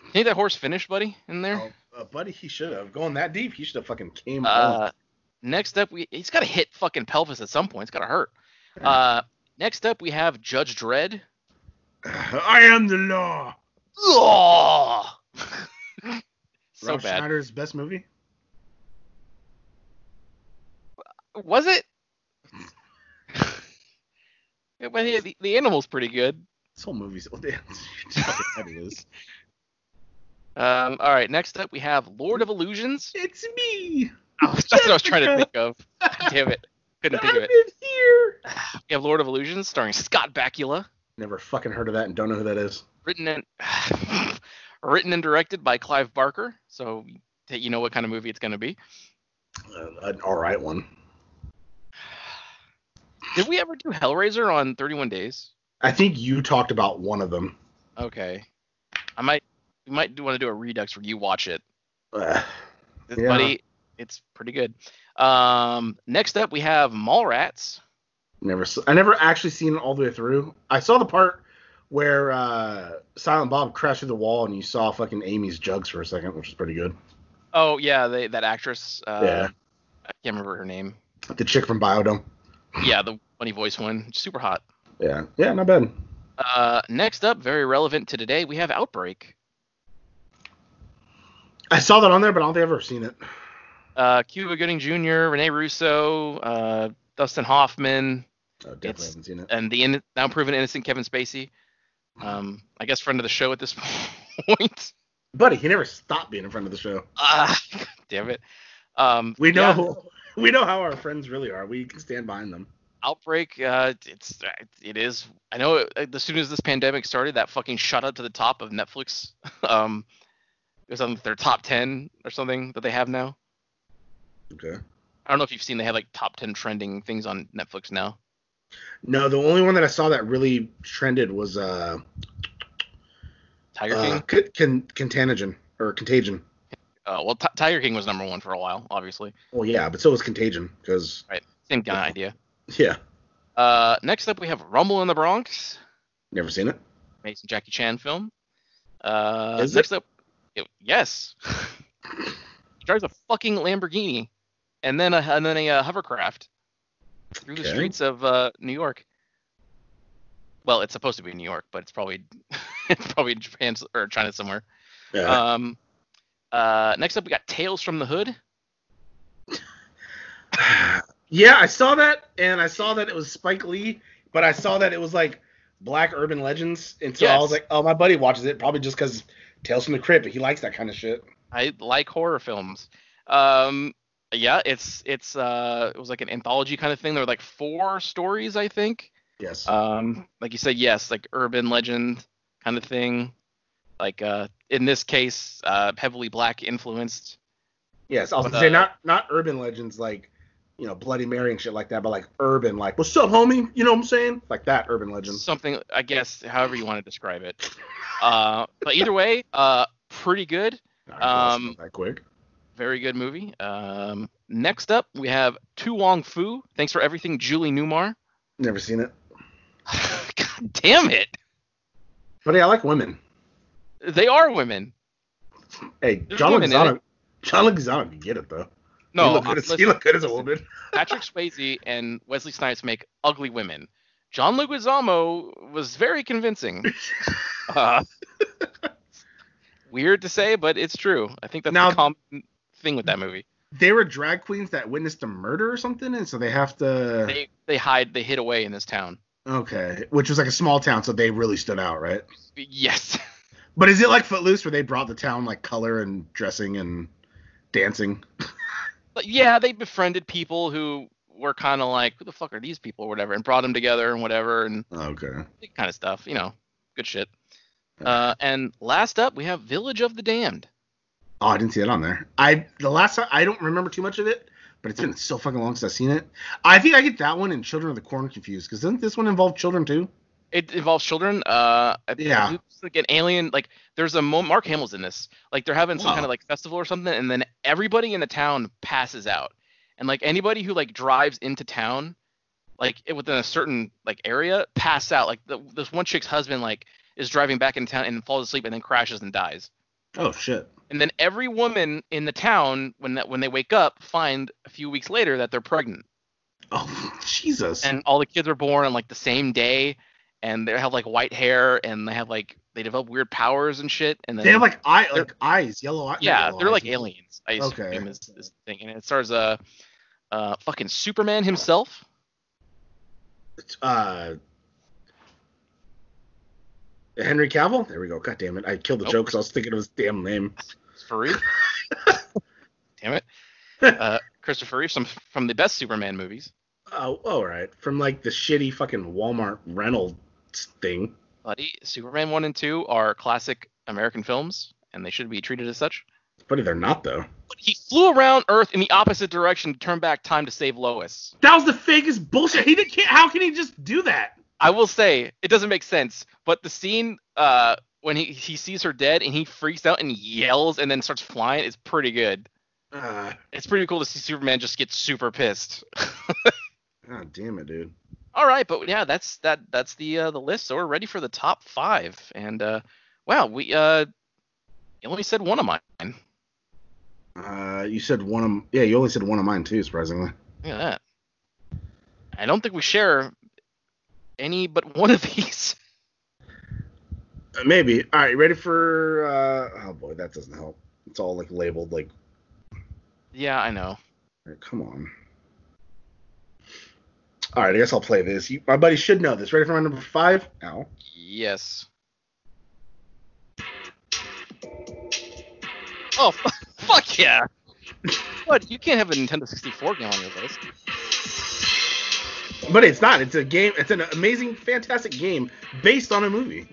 E: You think that horse finished, buddy, in there?
D: Oh, uh, buddy, he should have. Going that deep, he should have fucking came home.
E: Uh, next up, we he's got to hit fucking pelvis at some point. It's got to hurt. Uh, next up, we have Judge Dredd.
D: I am the law.
E: Ugh. so
D: Rob
E: bad.
D: Schneider's best movie?
E: Was it? Yeah, but he- the, the animal's pretty good.
D: This whole movie's. it is.
E: Um, all right, next up we have Lord of Illusions.
D: It's me.
E: That's what I was trying to think of. Damn it, couldn't think of
D: I'm
E: it.
D: in here.
E: We have Lord of Illusions starring Scott Bakula,
D: Never fucking heard of that and don't know who that is.
E: written and written and directed by Clive Barker. So that you know what kind of movie it's going to be.
D: Uh, an all right one.
E: Did we ever do Hellraiser on 31 Days?
D: I think you talked about one of them.
E: Okay, I might we might want to do a redux where you watch it.
D: Ugh.
E: This
D: Yeah.
E: buddy, it's pretty good. Um, next up, we have Mallrats.
D: Never, s- I never actually seen it all the way through. I saw the part where uh, Silent Bob crashed through the wall, and you saw fucking Amy's jugs for a second, which is pretty good.
E: Oh yeah, they, that actress. Uh,
D: Yeah.
E: I can't remember her name.
D: The chick from Biodome.
E: Yeah, the funny voice one, super hot.
D: Yeah, yeah, not bad.
E: Uh, next up, very relevant to today, we have Outbreak.
D: I saw that on there, but I don't think I've ever seen it.
E: Uh, Cuba Gooding Jr., Rene Russo, uh, Dustin Hoffman,
D: Oh, definitely
E: It's-
D: haven't seen it.
E: and the in- now proven innocent Kevin Spacey. Um, I guess friend of the show at this point.
D: Buddy, he never stopped being in front of the show.
E: Ah, damn it. Um,
D: We know
E: yeah,
D: who, we know how our friends really are. We can stand behind them.
E: Outbreak. Uh, it's it is. I know. uh, As soon as this pandemic started, that fucking shot up to the top of Netflix. um, it was on their top ten or something that they have now.
D: Okay.
E: I don't know if you've seen they have like top ten trending things on Netflix now.
D: No, the only one that I saw that really trended was uh,
E: Tiger
D: uh
E: King.
D: con- con- Contagion or Contagion.
E: Uh, well, Ti- Tiger King was number one for a while, obviously.
D: Well, Oh, yeah, but so was Contagion because
E: Same kind of idea.
D: yeah,
E: Uh, next up we have Rumble in the Bronx,
D: never seen it.
E: Mason Jackie Chan film. Uh,
D: Is it?
E: next up, it- yes, he drives a fucking Lamborghini, and then a and then a uh, hovercraft through the
D: Okay.
E: streets of uh, New York. Well, it's supposed to be New York, but it's probably it's probably in Japan s- or China somewhere.
D: Yeah.
E: Um, uh, next up, we got Tales from the Hood. Uh,
D: yeah, I saw that, and I saw that it was Spike Lee, but I saw that it was like Black Urban Legends, and so I was
E: Yes.
D: like, oh, my buddy watches it probably just because Tales from the Crypt, he likes that kind of shit.
E: I like horror films. Um, yeah, it's it's uh, it was like an anthology kind of thing. There were like four stories, I think.
D: Yes.
E: Um, like you said, yes, like urban legend kind of thing. Like uh, in this case, uh, heavily black influenced.
D: yes, I was
E: but,
D: gonna say
E: uh,
D: not not Urban Legends like you know Bloody Mary and shit like that, but like urban, like what's up, homie? You know what I'm saying? Like that Urban Legend.
E: something i guess however you want to describe it uh, but either way uh, pretty good
D: All right, well,
E: um,
D: that's not that quick.
E: very good movie um, next up we have tu wong fu thanks for everything julie newmar
D: Never seen it.
E: god damn it
D: But yeah, I like women.
E: they are women
D: Hey,
E: There's
D: John
E: women in
D: Leguizamo. John Leguizamo can get it though. he
E: no
D: looked
E: uh,
D: good, as, he
E: listen,
D: looked good as a
E: listen,
D: woman.
E: patrick swayze and wesley snipes make ugly women john leguizamo was very convincing uh, weird to say but it's true i think that's
D: Now-
E: the common thing with that movie
D: They were drag queens that witnessed a murder or something, and so they have to.
E: they they hide they hid away in this town
D: Okay, which was like a small town, so they really stood out, right?
E: yes
D: But is it like Footloose, where they brought the town like color and dressing and dancing?
E: But yeah they befriended people who were kind of like who the fuck are these people or whatever and brought them together and whatever and
D: Oh, Okay.
E: that kind of stuff you know good shit uh, and last up we have village of the damned
D: Oh, I didn't see it on there. I the last time I don't remember too much of it, but it's been so fucking long since I've seen it. I think I get that one and Children of the Corn confused because doesn't this one involve children too?
E: It involves children. Uh, I-
D: Yeah.
E: I think it's like an alien. Like there's a mo- Mark Hamill's in this. Like they're having some
D: Wow.
E: kind of like festival or something, and then everybody in the town passes out, and like anybody who like drives into town, like it, within a certain like area, pass out. Like the, this one chick's husband like is driving back in town and falls asleep and then crashes and dies.
D: Oh shit.
E: And then every woman in the town, when that, when they wake up, find a few weeks later that they're pregnant,
D: Oh Jesus.
E: and all the kids are born on like the same day, and they have like white hair, and they have like they develop weird powers and shit, and then
D: they have like eye
E: they're-
D: like eyes, yellow eyes.
E: yeah,
D: yellow
E: they're like
D: eyes.
E: aliens. I
D: Okay.
E: assume is this thing, and it stars uh, uh, fucking Superman himself.
D: Uh, Henry Cavill. There we go. God damn it! I killed the
E: Nope.
D: joke because I was thinking of his damn name.
E: Farouk. Damn it. Uh, Christopher Reeve, some from the best Superman movies.
D: Oh, all right. From like the shitty fucking Walmart rental thing.
E: Buddy, Superman one and two are classic American films, and they should be treated as such.
D: It's funny they're not though.
E: But he flew around Earth in the opposite direction to turn back time to save Lois.
D: That was the fakest bullshit. He did. Can't, how can he just do that?
E: I will say it doesn't make sense, but the scene uh, when he, he sees her dead and he freaks out and yells and then starts flying is pretty good.
D: Uh,
E: It's pretty cool to see Superman just get super pissed.
D: God damn it, dude.
E: All right, but yeah, that's that that's the uh, the list. So we're ready for the top five, and uh, wow, we uh, you only said one of mine. Look
D: Uh, you said one of yeah. You only said one of mine too, surprisingly.
E: at that. I don't think we share any but one of these.
D: Uh, maybe. All right, ready for? uh Oh boy, that doesn't help. It's all like labeled. Like,
E: yeah, I know.
D: all right, come on. All right, I guess I'll play this. You, my buddy should know this. Ready for my number five? Ow.
E: Yes. Oh, fu- fuck yeah! what? You can't have a Nintendo 64 game on your list.
D: But it's not. It's a game. It's an amazing, fantastic game based on a movie.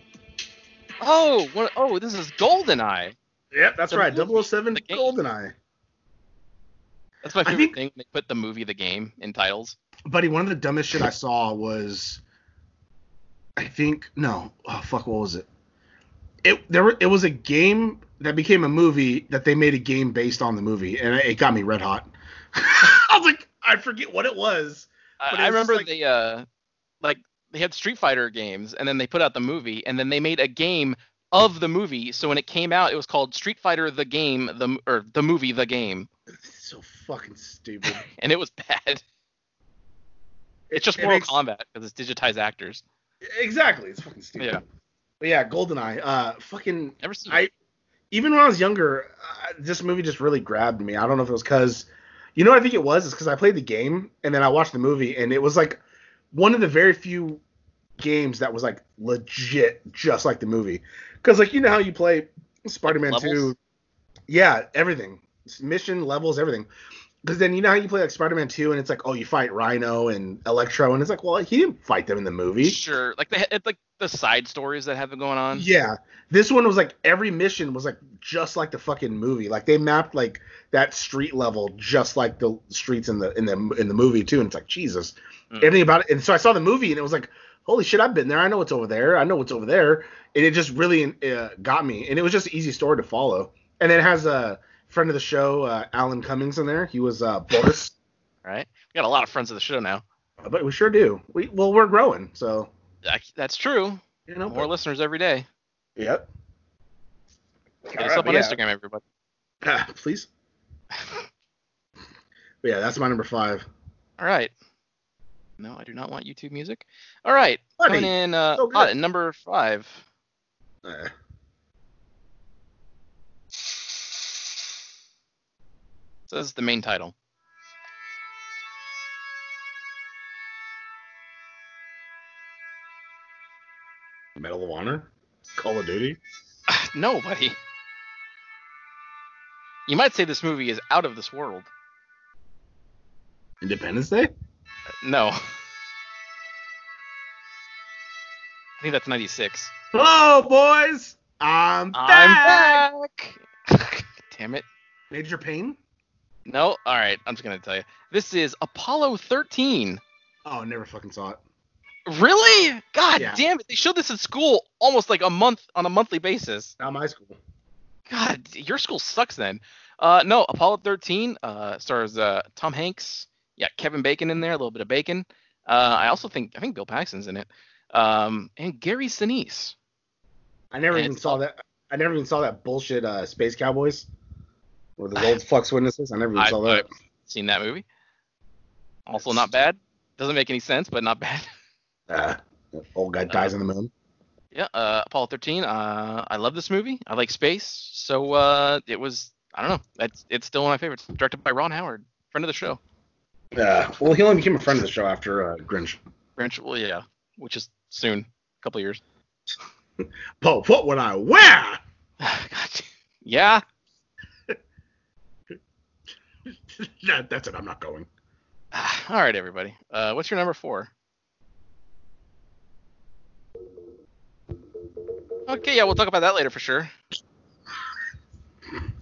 E: Oh, what, oh, this is GoldenEye.
D: Yep, that's
E: It's a
D: right.
E: movie.
D: 007
E: The game.
D: GoldenEye.
E: That's my
D: I
E: favorite
D: think-
E: thing. They put the movie, the game in titles.
D: buddy, one of the dumbest shit I saw was, I think no, oh fuck, what was it? It there were, it was a game that became a movie that they made a game based on the movie, and it got me red hot. I was like, I forget what it was.
E: I,
D: But it
E: I
D: was just
E: remember
D: like-
E: they uh like they had Street Fighter games and then they put out the movie and then they made a game of the movie so when it came out it was called Street Fighter the game the m- or the movie the game
D: It's so fucking stupid.
E: and it was bad. It's just
D: It
E: Mortal
D: makes-
E: Kombat because it's digitized actors.
D: Exactly, it's fucking stupid.
E: Yeah.
D: But yeah, Goldeneye. Uh, fucking
E: Never seen
D: I- even when I was younger, uh, this movie just really grabbed me. I don't know if it was because, you know, what I think it was is because I played the game and then I watched the movie, and it was like one of the very few games that was like legit, just like the movie. Because like you know how you play Spider-Man
E: Like levels?
D: Two, yeah, everything, mission levels, everything. Because then you know how you play like Spider-Man Two, and it's like, oh, you fight Rhino and Electro, and it's like, well, he didn't fight them in the movie.
E: sure like they had like the side stories that have been going on.
D: Yeah, this one was like every mission was like just like the fucking movie. Like they mapped like that street level just like the streets in the in the in the movie too. And it's like Jesus,
E: Mm.
D: everything about it. And so I saw the movie and it was like, holy shit, I've been there. I know what's over there. I know what's over there. And it just really uh, got me. And it was just an easy story to follow. And it has a friend of the show, uh, Alan Cummings, in there. He was uh, Boris.
E: All right. We got a lot of friends of the show now.
D: but we sure do. We well, we're growing, so
E: I, that's true.
D: you know.
E: More
D: but-
E: listeners every day.
D: Yep.
E: Hit us up on
D: Yeah.
E: Instagram, everybody.
D: Ah, please. But yeah, that's my number five.
E: All right. No, I do not want YouTube music. All right.
D: Buddy, Oh,
E: Coming in uh,
D: so good.
E: hot at number five.
D: Uh,
E: So this is the main title.
D: Medal of Honor, Call of Duty.
E: Nobody. You might say this movie is out of this world.
D: Independence Day.
E: No. I think that's 96.
D: Hello, boys. I'm back.
E: I'm back. Damn it.
D: Major Pain.
E: No, all right. I'm just gonna tell you. This is Apollo 13.
D: Oh, never fucking saw it.
E: Really? God
D: Yeah.
E: damn it! They showed this in school almost like a month on a monthly basis.
D: Not my school.
E: God, your school sucks then. Uh, no, Apollo 13 uh, stars uh, Tom Hanks. Yeah, Kevin Bacon in there, a little bit of Bacon. Uh, I also think I think Bill Paxton's in it, um, and Gary Sinise.
D: I never
E: And
D: even
E: it's
D: saw
E: all-
D: that. I never even saw that bullshit uh, Space Cowboys with the old flux witnesses. I never even
E: I-
D: saw that.
E: Seen that movie? Also
D: It's-
E: not bad. Doesn't make any sense, but not bad.
D: Uh, the old guy dies on the moon.
E: yeah, uh, Apollo 13. Uh, I love this movie. I like space, so uh, it was. I don't know. That's it's still one of my favorites. Directed by Ron Howard, friend of the show.
D: Uh, well, he only became a friend of the show after uh, Grinch.
E: Branch, well, yeah, which is soon, a couple years.
D: Pope, what would I wear?
E: God, yeah.
D: Nah, that's it. I'm not going.
E: All right, everybody. Uh, what's your number four? Okay, yeah, we'll talk about that later for sure. I'm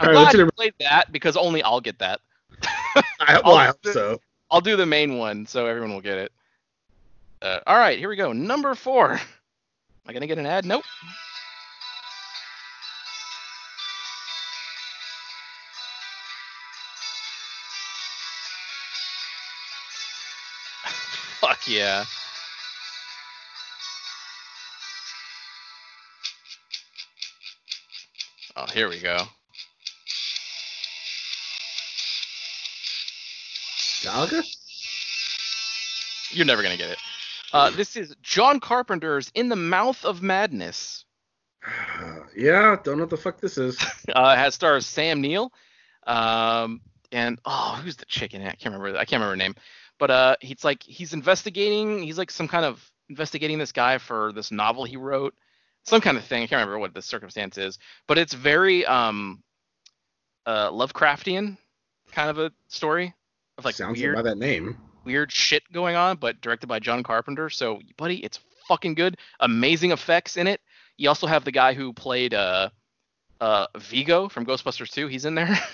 D: All right, what's
E: glad
D: your
E: you
D: number-
E: played that because only I'll get that.
D: I, well, I
E: I'll-
D: hope so.
E: I'll do the main one so everyone will get it. Uh, all right, here we go. Number four. Am I gonna get an ad? Nope. Fuck yeah. Oh, here we go.
D: Gallagher?
E: You're never gonna get it. Uh, this is John Carpenter's "In the Mouth of Madness."
D: yeah, don't know what the fuck this is.
E: Uh, it has stars Sam Neill, um, and oh, who's the chicken? I can't remember. I can't remember her name. But uh, he's like he's investigating. He's like some kind of investigating this guy for this novel he wrote, some kind of thing. I can't remember what the circumstance is, but it's very um, uh, Lovecraftian kind of a story of like
D: Sounds
E: weird
D: by that name.
E: weird shit going on, but directed by John Carpenter. So, buddy, it's fucking good. Amazing effects in it. You also have the guy who played uh, uh, Vigo from Ghostbusters 2. He's in there.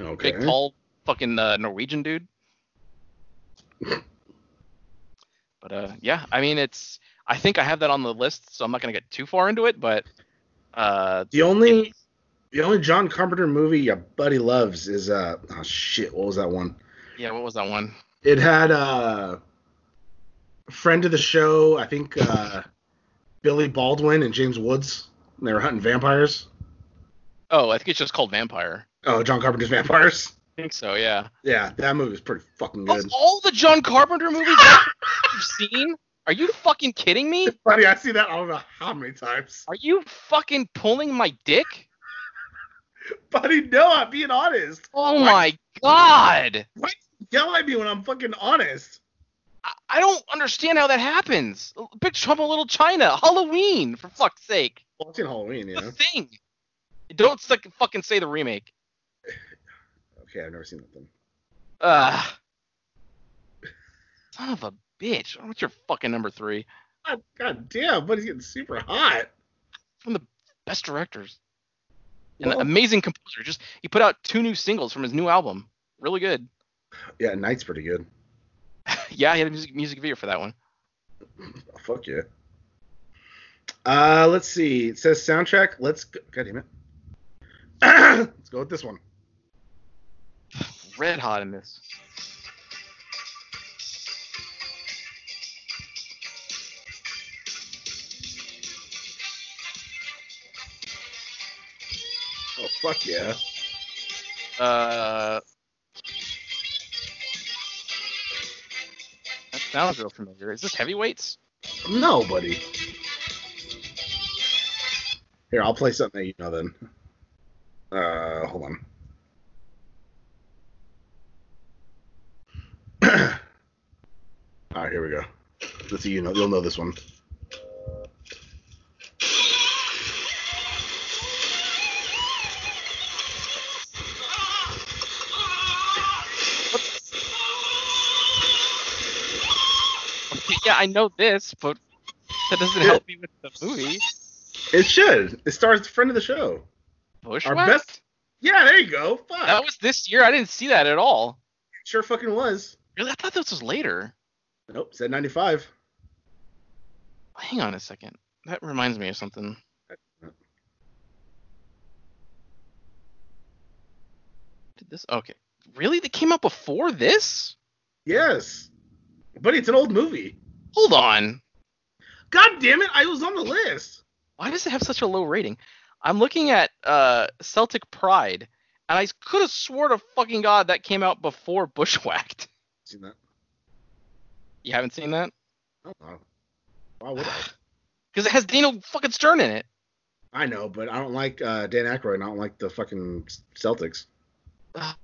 D: Okay.
E: Big, tall, fucking uh, Norwegian dude. But uh, yeah, I mean, it's. I think I have that on the list, so I'm not gonna get too far into it. But uh,
D: The only the only John Carpenter movie your buddy loves is uh oh shit, what was that one?
E: yeah, what was that one?
D: It had uh friend of the show, I think uh Billy Baldwin and James Woods. and They were hunting vampires.
E: Oh, I think it's just called Vampire.
D: Oh, John Carpenter's vampires.
E: I think so, yeah.
D: Yeah, that movie was pretty fucking
E: Of
D: good.
E: all the John Carpenter movies that you've seen, are you fucking kidding me?
D: Buddy, I see that I don't know how many times.
E: Are you fucking pulling my dick?
D: Buddy, no, I'm being honest.
E: Oh my god!
D: Yell at me when I'm fucking honest.
E: I, I don't understand how that happens. Big Trouble in Little China, Halloween, for fuck's sake.
D: Watching Halloween, you
E: The
D: know.
E: thing. Don't suck, fucking say the remake.
D: Okay, I've never seen that thing.
E: Ugh. Son of a bitch. What's your fucking number three?
D: God, God damn, buddy's getting super hot.
E: From the best directors. An
D: Well-
E: amazing composer. Just he put out two new singles from his new album. Really good.
D: Yeah, Knight's pretty good.
E: yeah, he had a music, music video for that one.
D: Oh, fuck yeah. Uh, let's see. It says soundtrack. Let's go. God damn it. let's go with this one.
E: Red hot in this.
D: Oh fuck yeah.
E: Uh, that sounds real familiar. Is this heavyweights?
D: No, buddy. Here, I'll play something that you know then. Uh, hold on. All right, here we go. Let's see. You know, you'll know this one.
E: yeah, I know this, but that doesn't help me with the movie.
D: It should. It stars a friend of the show.
E: Bushwhacked?
D: Our best, Yeah, there you go. Fuck.
E: That was this year. I didn't see that at all.
D: sure fucking was.
E: Really, I thought this was later.
D: Nope, said 95.
E: Hang on a second. That reminds me of something. Did this? Okay. Really? That came out before this?
D: Yes. Buddy, it's an old movie.
E: Hold on.
D: God damn it, I was on the list.
E: Why does it have such a low rating? I'm looking at uh, Celtic Pride, and I could have swore to fucking god that came out before Bushwhacked.
D: Seen that?
E: You haven't seen that?
D: I don't know. Why would I?
E: Because it has Daniel fucking Stern in it.
D: I know, but I don't like uh, Dan Aykroyd. And I don't like the fucking Celtics.
E: yeah,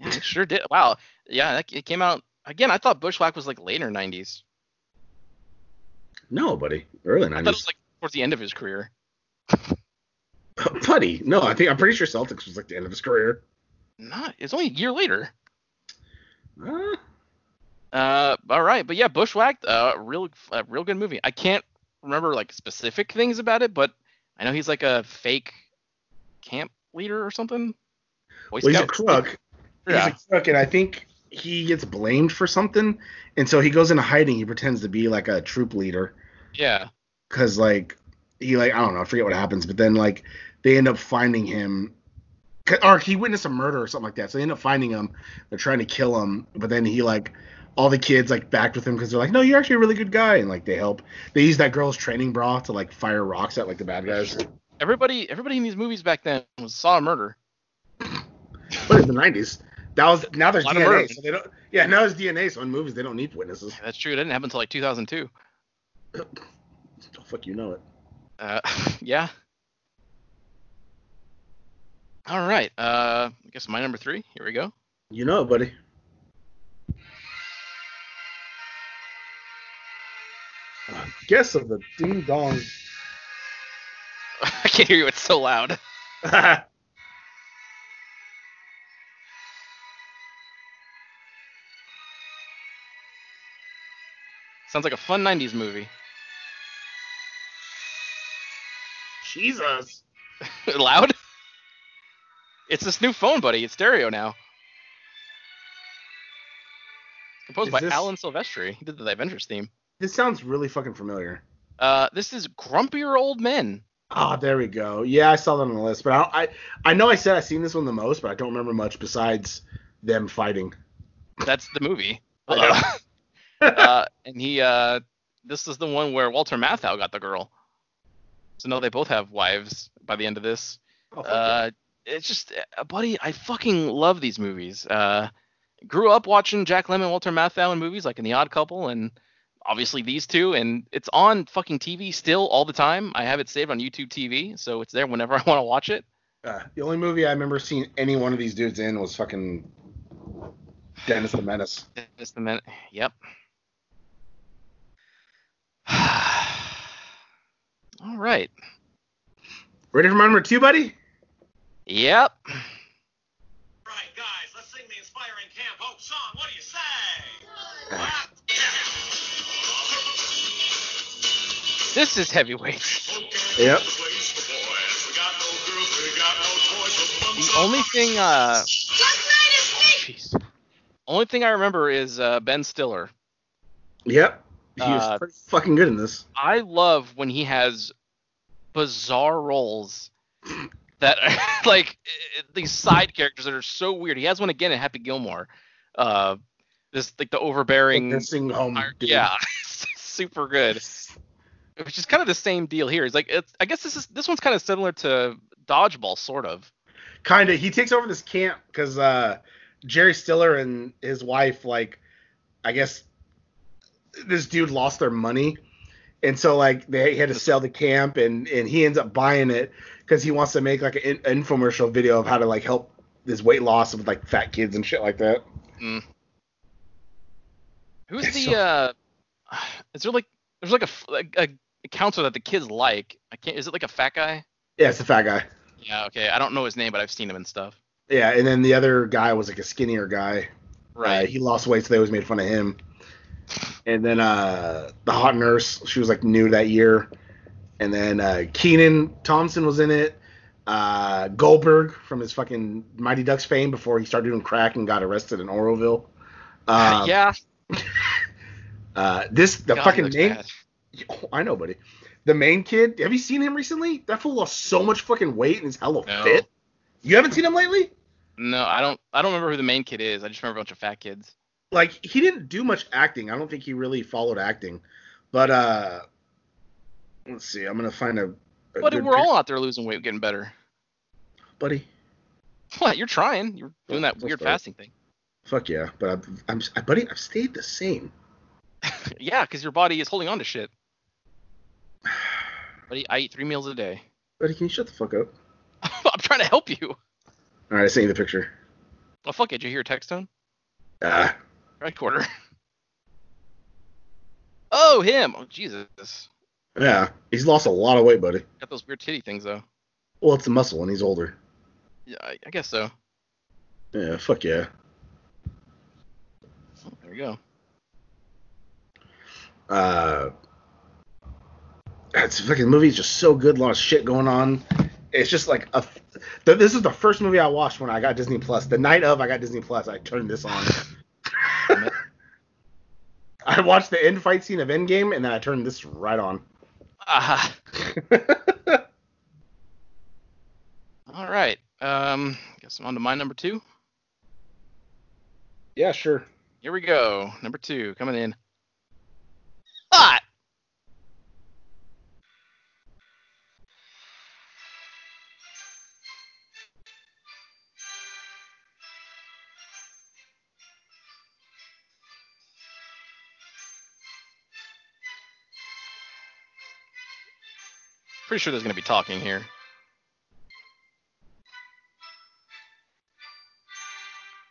E: it sure did. Wow. Yeah, that, it came out again. I thought Bushwhack was like later '90s.
D: No, buddy. Early
E: I thought it
D: 90s.
E: was like towards the end of his career.
D: buddy, no, I think I'm pretty sure Celtics was like the end of his career.
E: Not. It's only a year later.
D: Uh,
E: Uh, all right, but yeah, Bushwhacked, uh, real, uh, real good movie. I can't remember like specific things about it, but I know he's like a fake camp leader or something. Boy
D: well, he's a
E: Scout.
D: crook.
E: Yeah.
D: He's a crook, and I think he gets blamed for something, and so he goes into hiding. He pretends to be like a troop leader,
E: yeah.
D: cause like he like I don't know, I forget what happens, but then like they end up finding him, 'Cause- or he witnessed a murder or something like that. So they end up finding him. They're trying to kill him, but then he like all the kids like backed with him because they're like, no, you're actually a really good guy, and like they help. They use that girl's training bra to like fire rocks at like the bad guys.
E: Everybody, everybody in these movies back then was saw a murder.
D: But in the nineties, that was now there's
E: A lot of
D: DNA,
E: bourbon.
D: so they don't. Yeah, now there's DNA, so in movies they don't need witnesses.
E: That's true. It didn't happen until like 2002.
D: Oh, fuck, you know it.
E: Uh, yeah. All right. Uh, I guess my number three. Here we go.
D: You know it, buddy. Guess of the ding dong.
E: I can't hear you. It's so loud. Sounds like a fun 90s movie.
D: Jesus.
E: loud? It's this new phone, buddy. It's stereo now. Composed
D: Is
E: by
D: this-
E: Alan Silvestri. He did the Avengers theme.
D: This sounds really fucking familiar.
E: Uh, this is Grumpier Old Men.
D: Ah, there we go. Yeah, I saw that on the list, but I, don't, I I know I said I seen this one the most, but I don't remember much besides them fighting.
E: That's the movie.
D: I know.
E: uh, and he, uh, this is the one where Walter Matthau got the girl. So now they both have wives by the end of this.
D: Oh, fuck
E: Uh, it's just, uh, buddy, I fucking love these movies. Uh, grew up watching Jack Lemmon, Walter Matthau in movies like in The Odd Couple, and obviously these two. And it's on fucking TV still all the time. I have it saved on YouTube TV, so it's there whenever I want to watch it.
D: yeah. Uh, the only movie I remember seeing any one of these dudes in was fucking Dennis the Menace.
E: Just a minute. Yep. all right.
D: Ready for my number two, buddy?
E: Yep.
C: Right, guys, let's sing the inspiring Camp Hope song. What do you say? Ah,
E: This is heavyweight.
D: Yep.
E: The only thing, uh, jeez. Only thing I remember is uh, Ben Stiller.
D: Yep. He was
E: Uh,
D: pretty fucking good in this.
E: I love when he has bizarre roles that are like eh, these side characters that are so weird. He has one again in Happy Gilmore. Uh, this like the overbearing,
D: Nursing home. dude.
E: yeah, super good. Which is kind of the same deal here. He's like, it's, I guess this is this one's kind of similar to Dodgeball, sort of.
D: kind of he takes over this camp because uh jerry stiller and his wife like i guess this dude lost their money and so like they had to sell the camp and and he ends up buying it because he wants to make like an in- infomercial video of how to like help this weight loss with like fat kids and shit like that
E: Who's
D: It's
E: the
D: so-
E: uh? Is there like there's like a f- like a, a counselor that the kids like? I can't. Is it like a fat guy?
D: yeah it's the fat guy
E: Yeah. Okay. I don't know his name, but I've seen him and stuff.
D: yeah and then the other guy was like a skinnier guy Uh,
E: Right.
D: he lost weight, so they always made fun of him. And then uh, the hot nurse, she was like new that year. And then uh, Keenan Thompson was in it. uh, Goldberg from his fucking Mighty Ducks fame before he started doing crack and got arrested in Oroville. Um,
E: yeah.
D: uh, this the
E: God, he
D: fucking
E: looks
D: main.
E: bad.
D: Oh, I know, buddy. The main kid. Have you seen him recently? That fool lost so much fucking weight and is hella
E: No.
D: fit. You haven't seen him lately?
E: No, I don't. I don't remember who the main kid is. I just remember a bunch of fat kids.
D: like he didn't do much acting. I don't think he really followed acting. But uh let's see. I'm gonna find a. a
E: But
D: good
E: we're all out there losing weight, getting better.
D: pic- buddy.
E: What? You're trying. You're doing that
D: That's
E: weird
D: fair.
E: fasting thing.
D: Fuck yeah. But I've, I'm, I, buddy, I've stayed the same.
E: yeah, because your body is holding on to shit. Buddy, I eat three meals a day.
D: Buddy, can you shut the fuck up?
E: I'm trying to help you.
D: All right, I sent you the picture.
E: Oh fuck it. Did you hear a text tone?
D: Ah,
E: Right quarter. Oh, him. Oh Jesus.
D: yeah, he's lost a lot of weight, buddy.
E: Got those weird titty things though.
D: Well, it's a muscle, and he's older.
E: Yeah, I, I guess so.
D: Yeah, fuck yeah.
E: There we go.
D: Uh, it's fucking movie's just so good. A lot of shit going on. It's just like a. Th- this is the first movie I watched when I got Disney Plus. The night of I got Disney Plus, I turned this on. I watched the end fight scene of Endgame, and then I turned this right on.
E: Ah. All right. Um, guess I'm on to my number two.
D: yeah, sure.
E: Here we go. Number two coming in. Hot. Pretty sure there's gonna be talking here.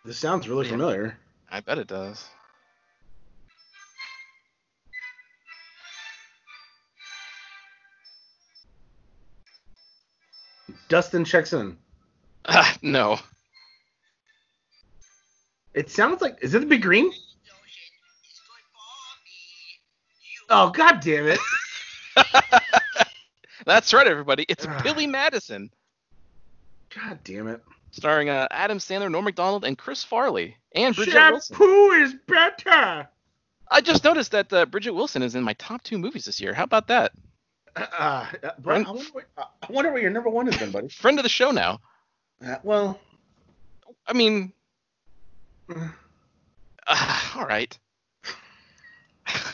D: This sounds really
E: Yeah.
D: familiar.
E: I bet it does.
D: Dustin checks in.
E: Ah, no.
D: It sounds like. Is it the Big Green? Oh god damn it!
E: That's right, everybody. It's
D: Ah.
E: Billy Madison.
D: God damn it!
E: starring uh, Adam Sandler, Norm Macdonald, and Chris Farley, and Bridget Wilson.
D: Shampoo is better.
E: I just noticed that uh, Bridget Wilson is in my top two movies this year. How about that?
D: Uh, uh, Brent, I wonder, what, I wonder what your number one has been, buddy.
E: Friend of the show now.
D: Uh, well,
E: I mean,
D: uh,
E: ah, all right.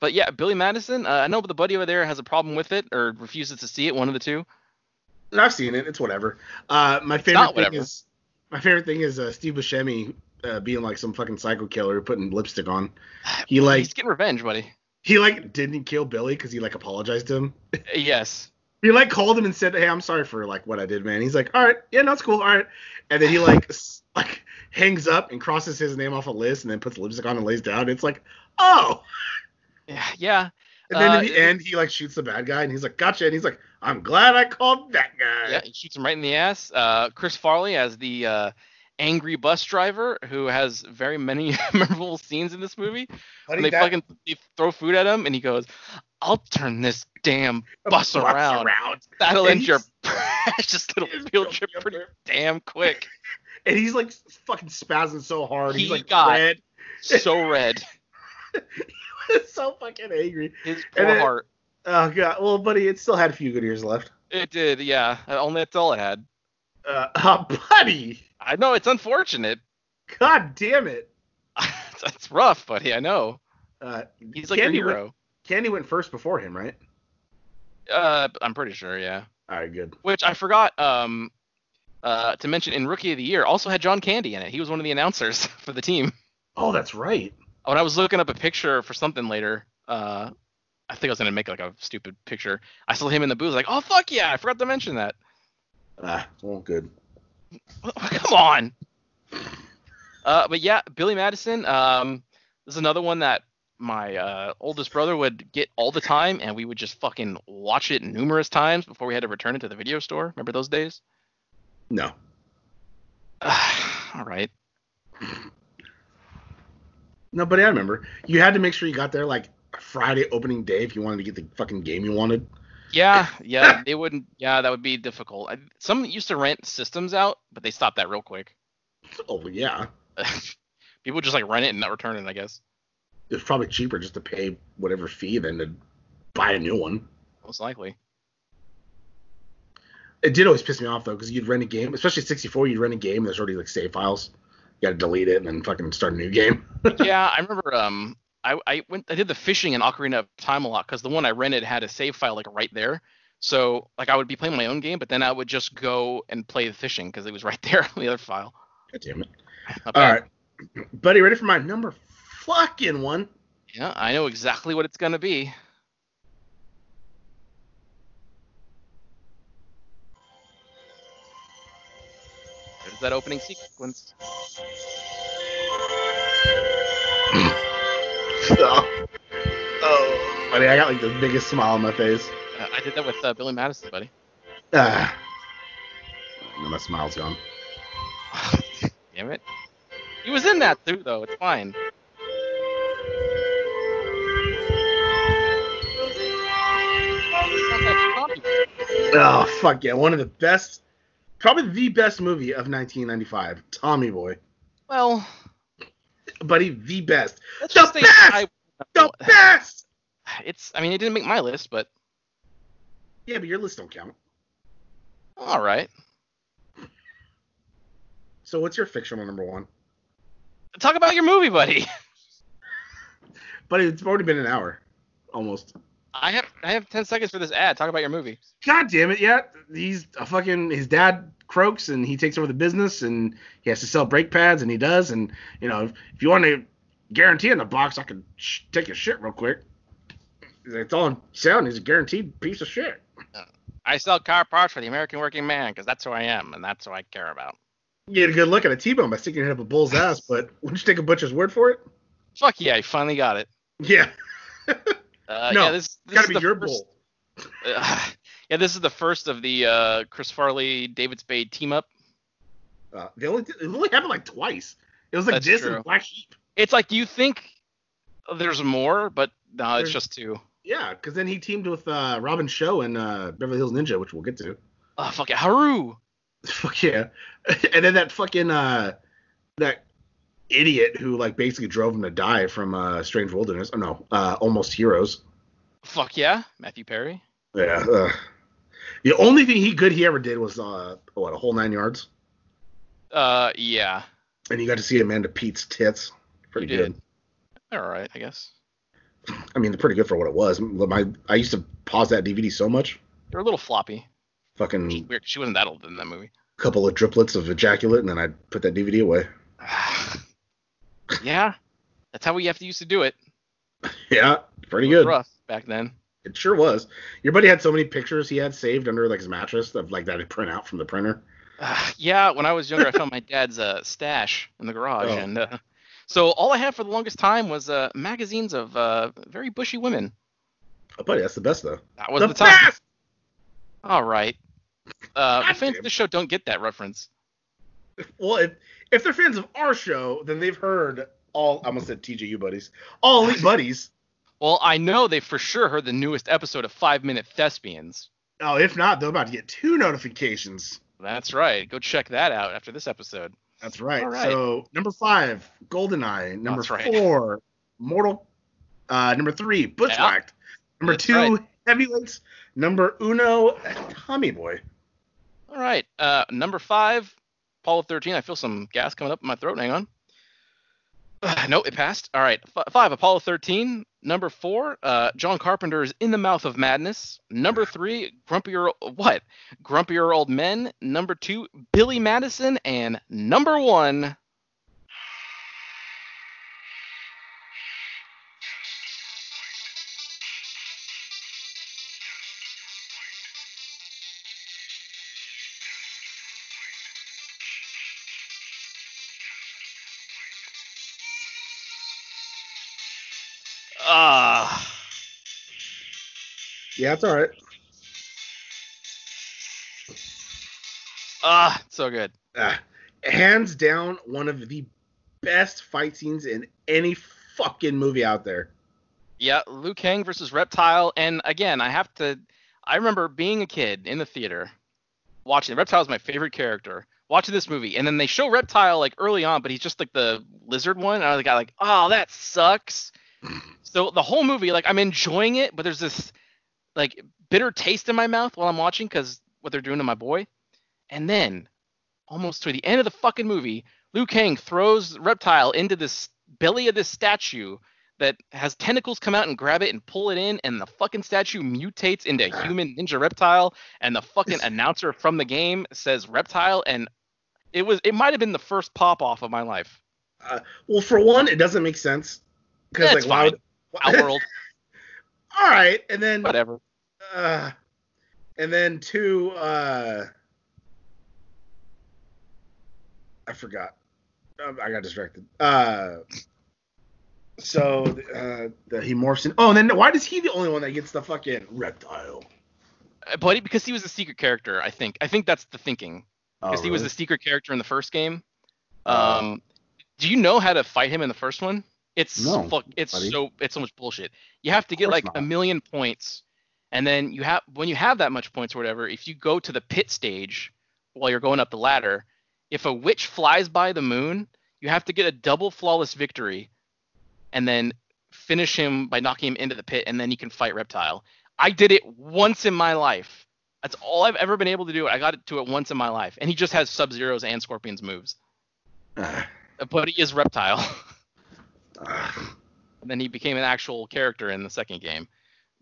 E: but yeah, Billy Madison. Uh, I know the buddy over there has a problem with it or refuses to see it. One of the two.
D: I've seen it. It's whatever. Uh, my favorite
E: not
D: thing
E: whatever.
D: is my favorite thing is uh, Steve Buscemi uh, being like some fucking psycho killer putting lipstick on. He like
E: He's getting revenge, buddy.
D: he like didn't kill Billy because he like apologized to him.
E: Yes.
D: He like called him and said, "Hey, I'm sorry for like what I did, man." He's like, "All right, yeah, no, it's cool, all right." And then he like s- like hangs up and crosses his name off a list and then puts lipstick on and lays down. It's like, oh.
E: Yeah. Yeah.
D: And then
E: Uh,
D: in the
E: it-
D: end, he like shoots the bad guy, and he's like, "Gotcha!" And he's like, "I'm glad I called that guy."
E: Yeah, he shoots him right in the ass. Uh, Chris Farley as the uh, angry bus driver who has very many memorable scenes in this movie.
D: Buddy,
E: And they
D: that
E: fucking they throw food at him, and he goes, "I'll turn this damn bus, around. That'll
D: And
E: end your
D: he's-
E: precious little field trip pretty damn quick."
D: And he's like fucking spazzing so hard.
E: He
D: he's like
E: got-
D: red.
E: So red,
D: so fucking angry.
E: his poor
D: then-
E: heart.
D: Oh god. Well, buddy, it still had a few good years left.
E: It did, yeah. Only that's all it had.
D: Uh, uh buddy.
E: I know it's unfortunate.
D: God damn it.
E: that's rough, buddy. I know.
D: Uh,
E: He's like your
D: Candy
E: hero.
D: Went, Candy went first before him, right?
E: Uh, I'm pretty sure, yeah.
D: All right, good.
E: Which I forgot um, uh, to mention in Rookie of the Year also had John Candy in it. He was one of the announcers for the team.
D: Oh, that's right.
E: when I was looking up a picture for something later, uh, I think I was gonna make like a stupid picture. I saw him in the booth, like, oh fuck yeah, I forgot to mention that.
D: Ah, well, good.
E: Come on. Uh, but yeah, Billy Madison. Um, this is another one that my uh, oldest brother would get all the time, and we would just fucking watch it numerous times before we had to return it to the video store. Remember those days?
D: No.
E: all right.
D: No, buddy, I remember. You had to make sure you got there like Friday opening day if you wanted to get the fucking game you wanted.
E: Yeah, yeah, they wouldn't. Yeah, that would be difficult. I, some used to rent systems out, but they stopped that real quick.
D: Oh yeah,
E: People just like rent it and not return it, I guess.
D: it's probably cheaper just to pay whatever fee than to buy a new one.
E: Most likely.
D: It did always piss me off though, because you'd rent a game, especially 64. You'd rent a game. There's already like save files. You gotta delete it and then fucking start a new game.
E: yeah, I remember. Um, I, I went. I did the fishing in Ocarina of Time a lot because the one I rented had a save file like right there. So like I would be playing my own game, but then I would just go and play the fishing because it was right there on the other file.
D: God damn it.
E: Not
D: All
E: bad.
D: right, buddy, ready for my number fucking one?
E: Yeah, I know exactly what it's gonna be. There's that opening sequence.
D: Oh. oh, buddy, I got like the biggest smile on my face.
E: Uh, I did that with uh, Billy Madison, buddy.
D: Ah. Now my smile's gone.
E: Damn it. He was in that too, though. It's fine. Sounds like Zombie.
D: Oh fuck yeah! One of the best, probably the best movie of 1995, Tommy Boy.
E: Well,
D: Buddy, the best,
E: let's
D: The
E: just say
D: best!
E: I-
D: the best.
E: it's. I mean, it didn't make my list, but
D: Yeah, but your list don't count.
E: all right.
D: So what's your fictional number one?
E: Talk about your movie, buddy.
D: But it's already been an hour, almost.
E: I have I have ten seconds for this ad. Talk about your movie.
D: God damn it! Yeah, he's a fucking. His dad croaks and he takes over the business and he has to sell brake pads and he does and you know if, if you want to guarantee in the box, I can sh- take a shit real quick. It's all in sound. He's a guaranteed piece of shit.
E: I sell car parts for the American working man because that's who I am and that's who I care about.
D: You get a good look at a T-bone by sticking it up a bull's ass, but would you take a butcher's word for it?
E: Fuck yeah, I finally got it.
D: Yeah,
E: Uh,
D: No,
E: yeah, this, this
D: gotta
E: is
D: be
E: the
D: your
E: first,
D: bull.
E: yeah, this is the first of the uh, Chris Farley David Spade team up.
D: Uh, they only it only happened like twice. It was like
E: That's
D: this
E: true.
D: and Black Sheep.
E: It's like you think there's more, but no, it's
D: There's-
E: just two.
D: Yeah, because then he teamed with uh, Robin Show and uh, Beverly Hills Ninja, which we'll get to.
E: Oh fuck it, Haru.
D: Fuck yeah. And then that fucking uh that idiot who like basically drove him to die from uh Strange Wilderness. Oh no, uh Almost Heroes.
E: Fuck yeah, Matthew Perry.
D: Yeah. Uh, the only thing he good he ever did was uh what a whole nine yards.
E: Uh, yeah,
D: And you got to see Amanda Pete's tits. Pretty
E: You did.
D: good.
E: they're all right, I guess.
D: I mean, they're pretty good for what it was. My I used to pause that DVD so much.
E: They're a little floppy.
D: Fucking
E: Weird, she wasn't that old in that movie.
D: couple of driplets of ejaculate, and then I'd put that DVD away.
E: yeah, that's how we have to used to do it.
D: Yeah, pretty
E: It was
D: good.
E: Rough back then.
D: It sure was. Your buddy had so many pictures he had saved under like his mattress of like that he'd print out from the printer.
E: Uh, yeah, when I was younger, I found my dad's uh, stash in the garage,
D: Oh.
E: and uh, so all I had for the longest time was uh, magazines of uh, very bushy women.
D: Oh, buddy, that's the best though.
E: That was
D: the
E: the, time.
D: best!
E: All right. Uh,
D: God
E: fans
D: damn.
E: of this show don't get that reference.
D: Well, if, if they're fans of our show, then they've heard all. I almost said TJU buddies. All elite buddies.
E: Well, I know they for sure heard the newest episode of Five Minute Thespians.
D: Oh, if not, they're about to get two notifications.
E: That's right. Go check that out after this episode.
D: That's right.
E: All right.
D: So number five, GoldenEye. Number
E: That's right.
D: four, Mortal. Uh, number three, Bushwhacked. Number
E: That's
D: two,
E: right.
D: Heavyweights. Number uno, Tommy Boy.
E: All right. Uh, number five, Apollo 13. I feel some gas coming up in my throat. Hang on. no, it passed. All right. F- five, Apollo 13. Number four, uh, John Carpenter's In the Mouth of Madness. Number three, Grumpier what? Grumpier Old Men. Number two, Billy Madison. And number one, ah,
D: Yeah, it's all right.
E: ah, so good.
D: Uh, hands down, one of the best fight scenes in any fucking movie out there.
E: Yeah, Liu Kang versus Reptile, and again, I have to, I remember being a kid in the theater, watching Reptile is my favorite character. Watching this movie, and then they show Reptile like early on, but he's just like the lizard one. And I was like, oh, that sucks. so the whole movie, like I'm enjoying it, but there's this like bitter taste in my mouth while I'm watching because what they're doing to my boy. And then, almost to the end of the fucking movie, Liu Kang throws Reptile into this belly of this statue that has tentacles come out and grab it and pull it in, and the fucking statue mutates into a human ninja reptile, and the fucking announcer from the game says reptile, and it was it might have been the first pop off of my life.
D: Well, for one, it doesn't make sense because
E: Yeah,
D: like
E: it's
D: why would-
E: Outworld,
D: All right, and then
E: whatever.
D: uh, and then two. Uh, I forgot. Um, I got distracted. Uh, so uh, the, he morphs in. Oh, and then why is he the only one that gets the fucking reptile?
E: But he- because he was a secret character, I think I think that's the thinking.
D: Oh,
E: Because he was a secret character in the first game. Um, do you know how to fight him in the first one? It's
D: No,
E: fuck. It's
D: buddy.
E: so it's so much bullshit. You have to get
D: course
E: like
D: not.
E: a million points, and then you have when you have that much points or whatever. If you go to the pit stage while you're going up the ladder, if a witch flies by the moon, you have to get a double flawless victory, and then finish him by knocking him into the pit, and then you can fight reptile. I did it once in my life. That's all I've ever been able to do. I got to it once in my life, and he just has Sub Zero's and Scorpion's moves,
D: Ah,
E: but he is reptile.
D: ah.
E: and then he became an actual character in the second game.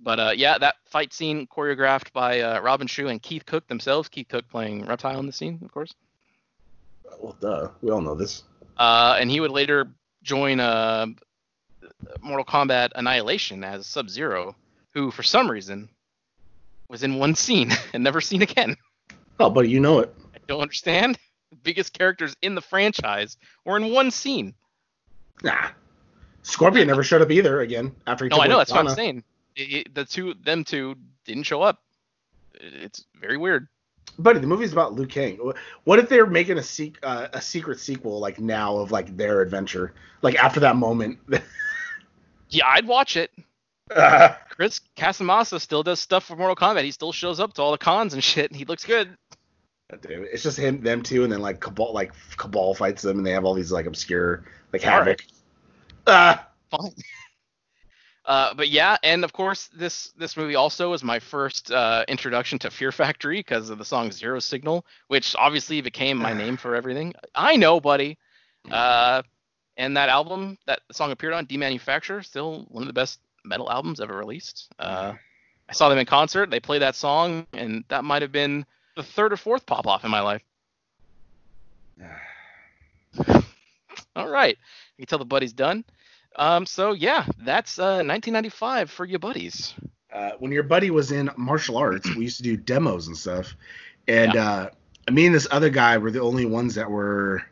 E: But uh, yeah, that fight scene choreographed by uh, Robin Shu and Keith Cook themselves. Keith Cook playing Reptile in the scene, of course.
D: well, duh. We all know this.
E: Uh, and he would later join uh, Mortal Kombat Annihilation as Sub Zero, who for some reason was in one scene and never seen again.
D: Oh, buddy, you know it.
E: I don't understand. The biggest characters in the franchise were in one scene.
D: Nah. Scorpion never showed up either again after he
E: No,
D: took
E: Oh, I know.
D: away
E: That's what I'm
D: Donna.
E: saying. It- it- the two, them two, didn't show up. It's very weird.
D: Buddy, the movie's about Liu Kang. Wh- What if they're making a sec- uh, a secret sequel like now of like their adventure, like after that moment?
E: Yeah, I'd watch it.
D: Uh,
E: Chris Casamasa still does stuff for Mortal Kombat. He still shows up to all the cons and shit. and He looks good.
D: dude, it's just him, them two, and then like Cabal, like Cabal fights them, and they have all these like obscure like
E: All
D: havoc. Uh,
E: Fine. Uh, but yeah, and of course this this movie also was my first uh, introduction to Fear Factory because of the song Zero Signal, which obviously became my name for everything. I know, buddy. Uh, and that album that the song appeared on, Demanufacture, still one of the best metal albums ever released. Uh, I saw them in concert. They played that song, and that might have been the third or fourth pop off in my life. All right. You can tell the buddy's done. Um, so yeah, that's uh, 1995 for your buddies.
D: uh, when your buddy was in martial arts, we used to do demos and stuff, and uh, me and this other guy were the only ones that were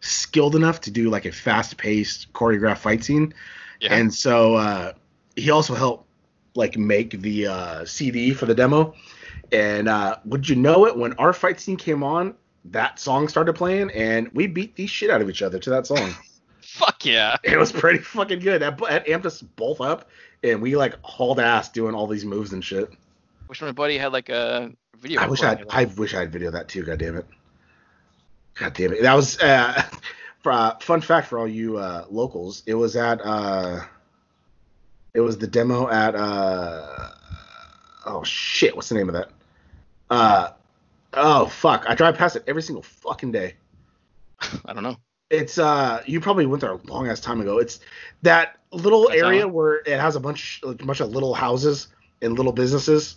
D: skilled enough to do like a fast-paced choreographed fight scene.
E: Yeah.
D: And so uh, he also helped like make the uh, CD for the demo. And uh, would you know it? When our fight scene came on, that song started playing, and we beat the shit out of each other to that song.
E: Fuck yeah.
D: it was pretty fucking good. That, that amped us both up, and we like hauled ass doing all these moves and shit.
E: Wish my buddy had like a video.
D: I wish I
E: recording of that.
D: I wish I had video of that too. God damn it. God damn it. That was uh, for, uh, fun fact for all you uh, locals. It was at uh, it was the demo at uh, oh shit, what's the name of that? Uh, oh fuck, I drive past it every single fucking day.
E: I don't know.
D: It's uh, you probably went there a long ass time ago. It's that little
E: That's
D: area
E: all.
D: where it has a bunch, a bunch of little houses and little businesses.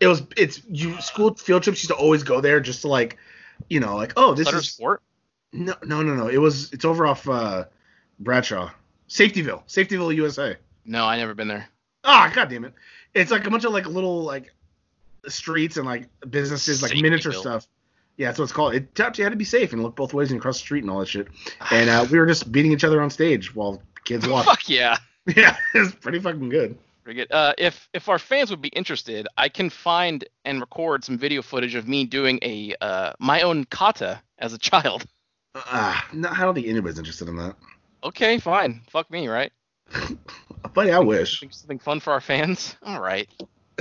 D: It was, it's you school field trips used to always go there just to like, you know, like oh this
E: Sutter
D: is
E: Sport.
D: no no no no. It was it's over off uh, Bradshaw, Safetyville, Safetyville, USA.
E: No, I never been there.
D: Ah, god damn it! It's like a bunch of like little like streets and like businesses, like miniature
E: Safetyville.
D: stuff. Yeah, that's what it's called. It taught you how to be safe and look both ways and cross the street and all that shit. And uh, we were just beating each other on stage while kids watched.
E: Fuck yeah.
D: yeah, it was pretty fucking good.
E: Pretty good. Uh, if if our fans would be interested, I can find and record some video footage of me doing a uh, my own kata as a child.
D: Uh, no, I don't think anybody's interested in that.
E: Okay, fine. Fuck me, right?
D: Buddy, I wish.
E: Something, something fun for our fans. All right.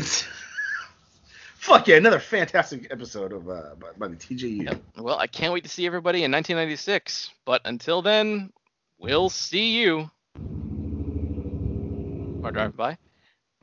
D: Fuck yeah, another fantastic episode of uh, by, by the TJU.
F: Yep. Well, I can't wait to see everybody in 1996. But until then, we'll see you. Car drive by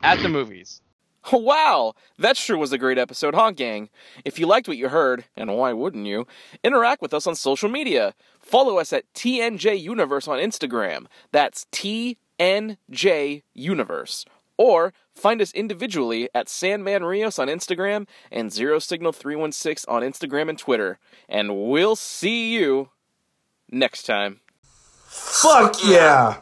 F: at the movies.
E: Wow, that sure was a great episode, huh, gang? If you liked what you heard, and why wouldn't you, interact with us on social media. Follow us at TNJ Universe on Instagram. That's TNJ Universe. Or find us individually at Sandman Rios on Instagram and Zero Signal 316 on Instagram and Twitter. And we'll see you next time.
D: Fuck yeah.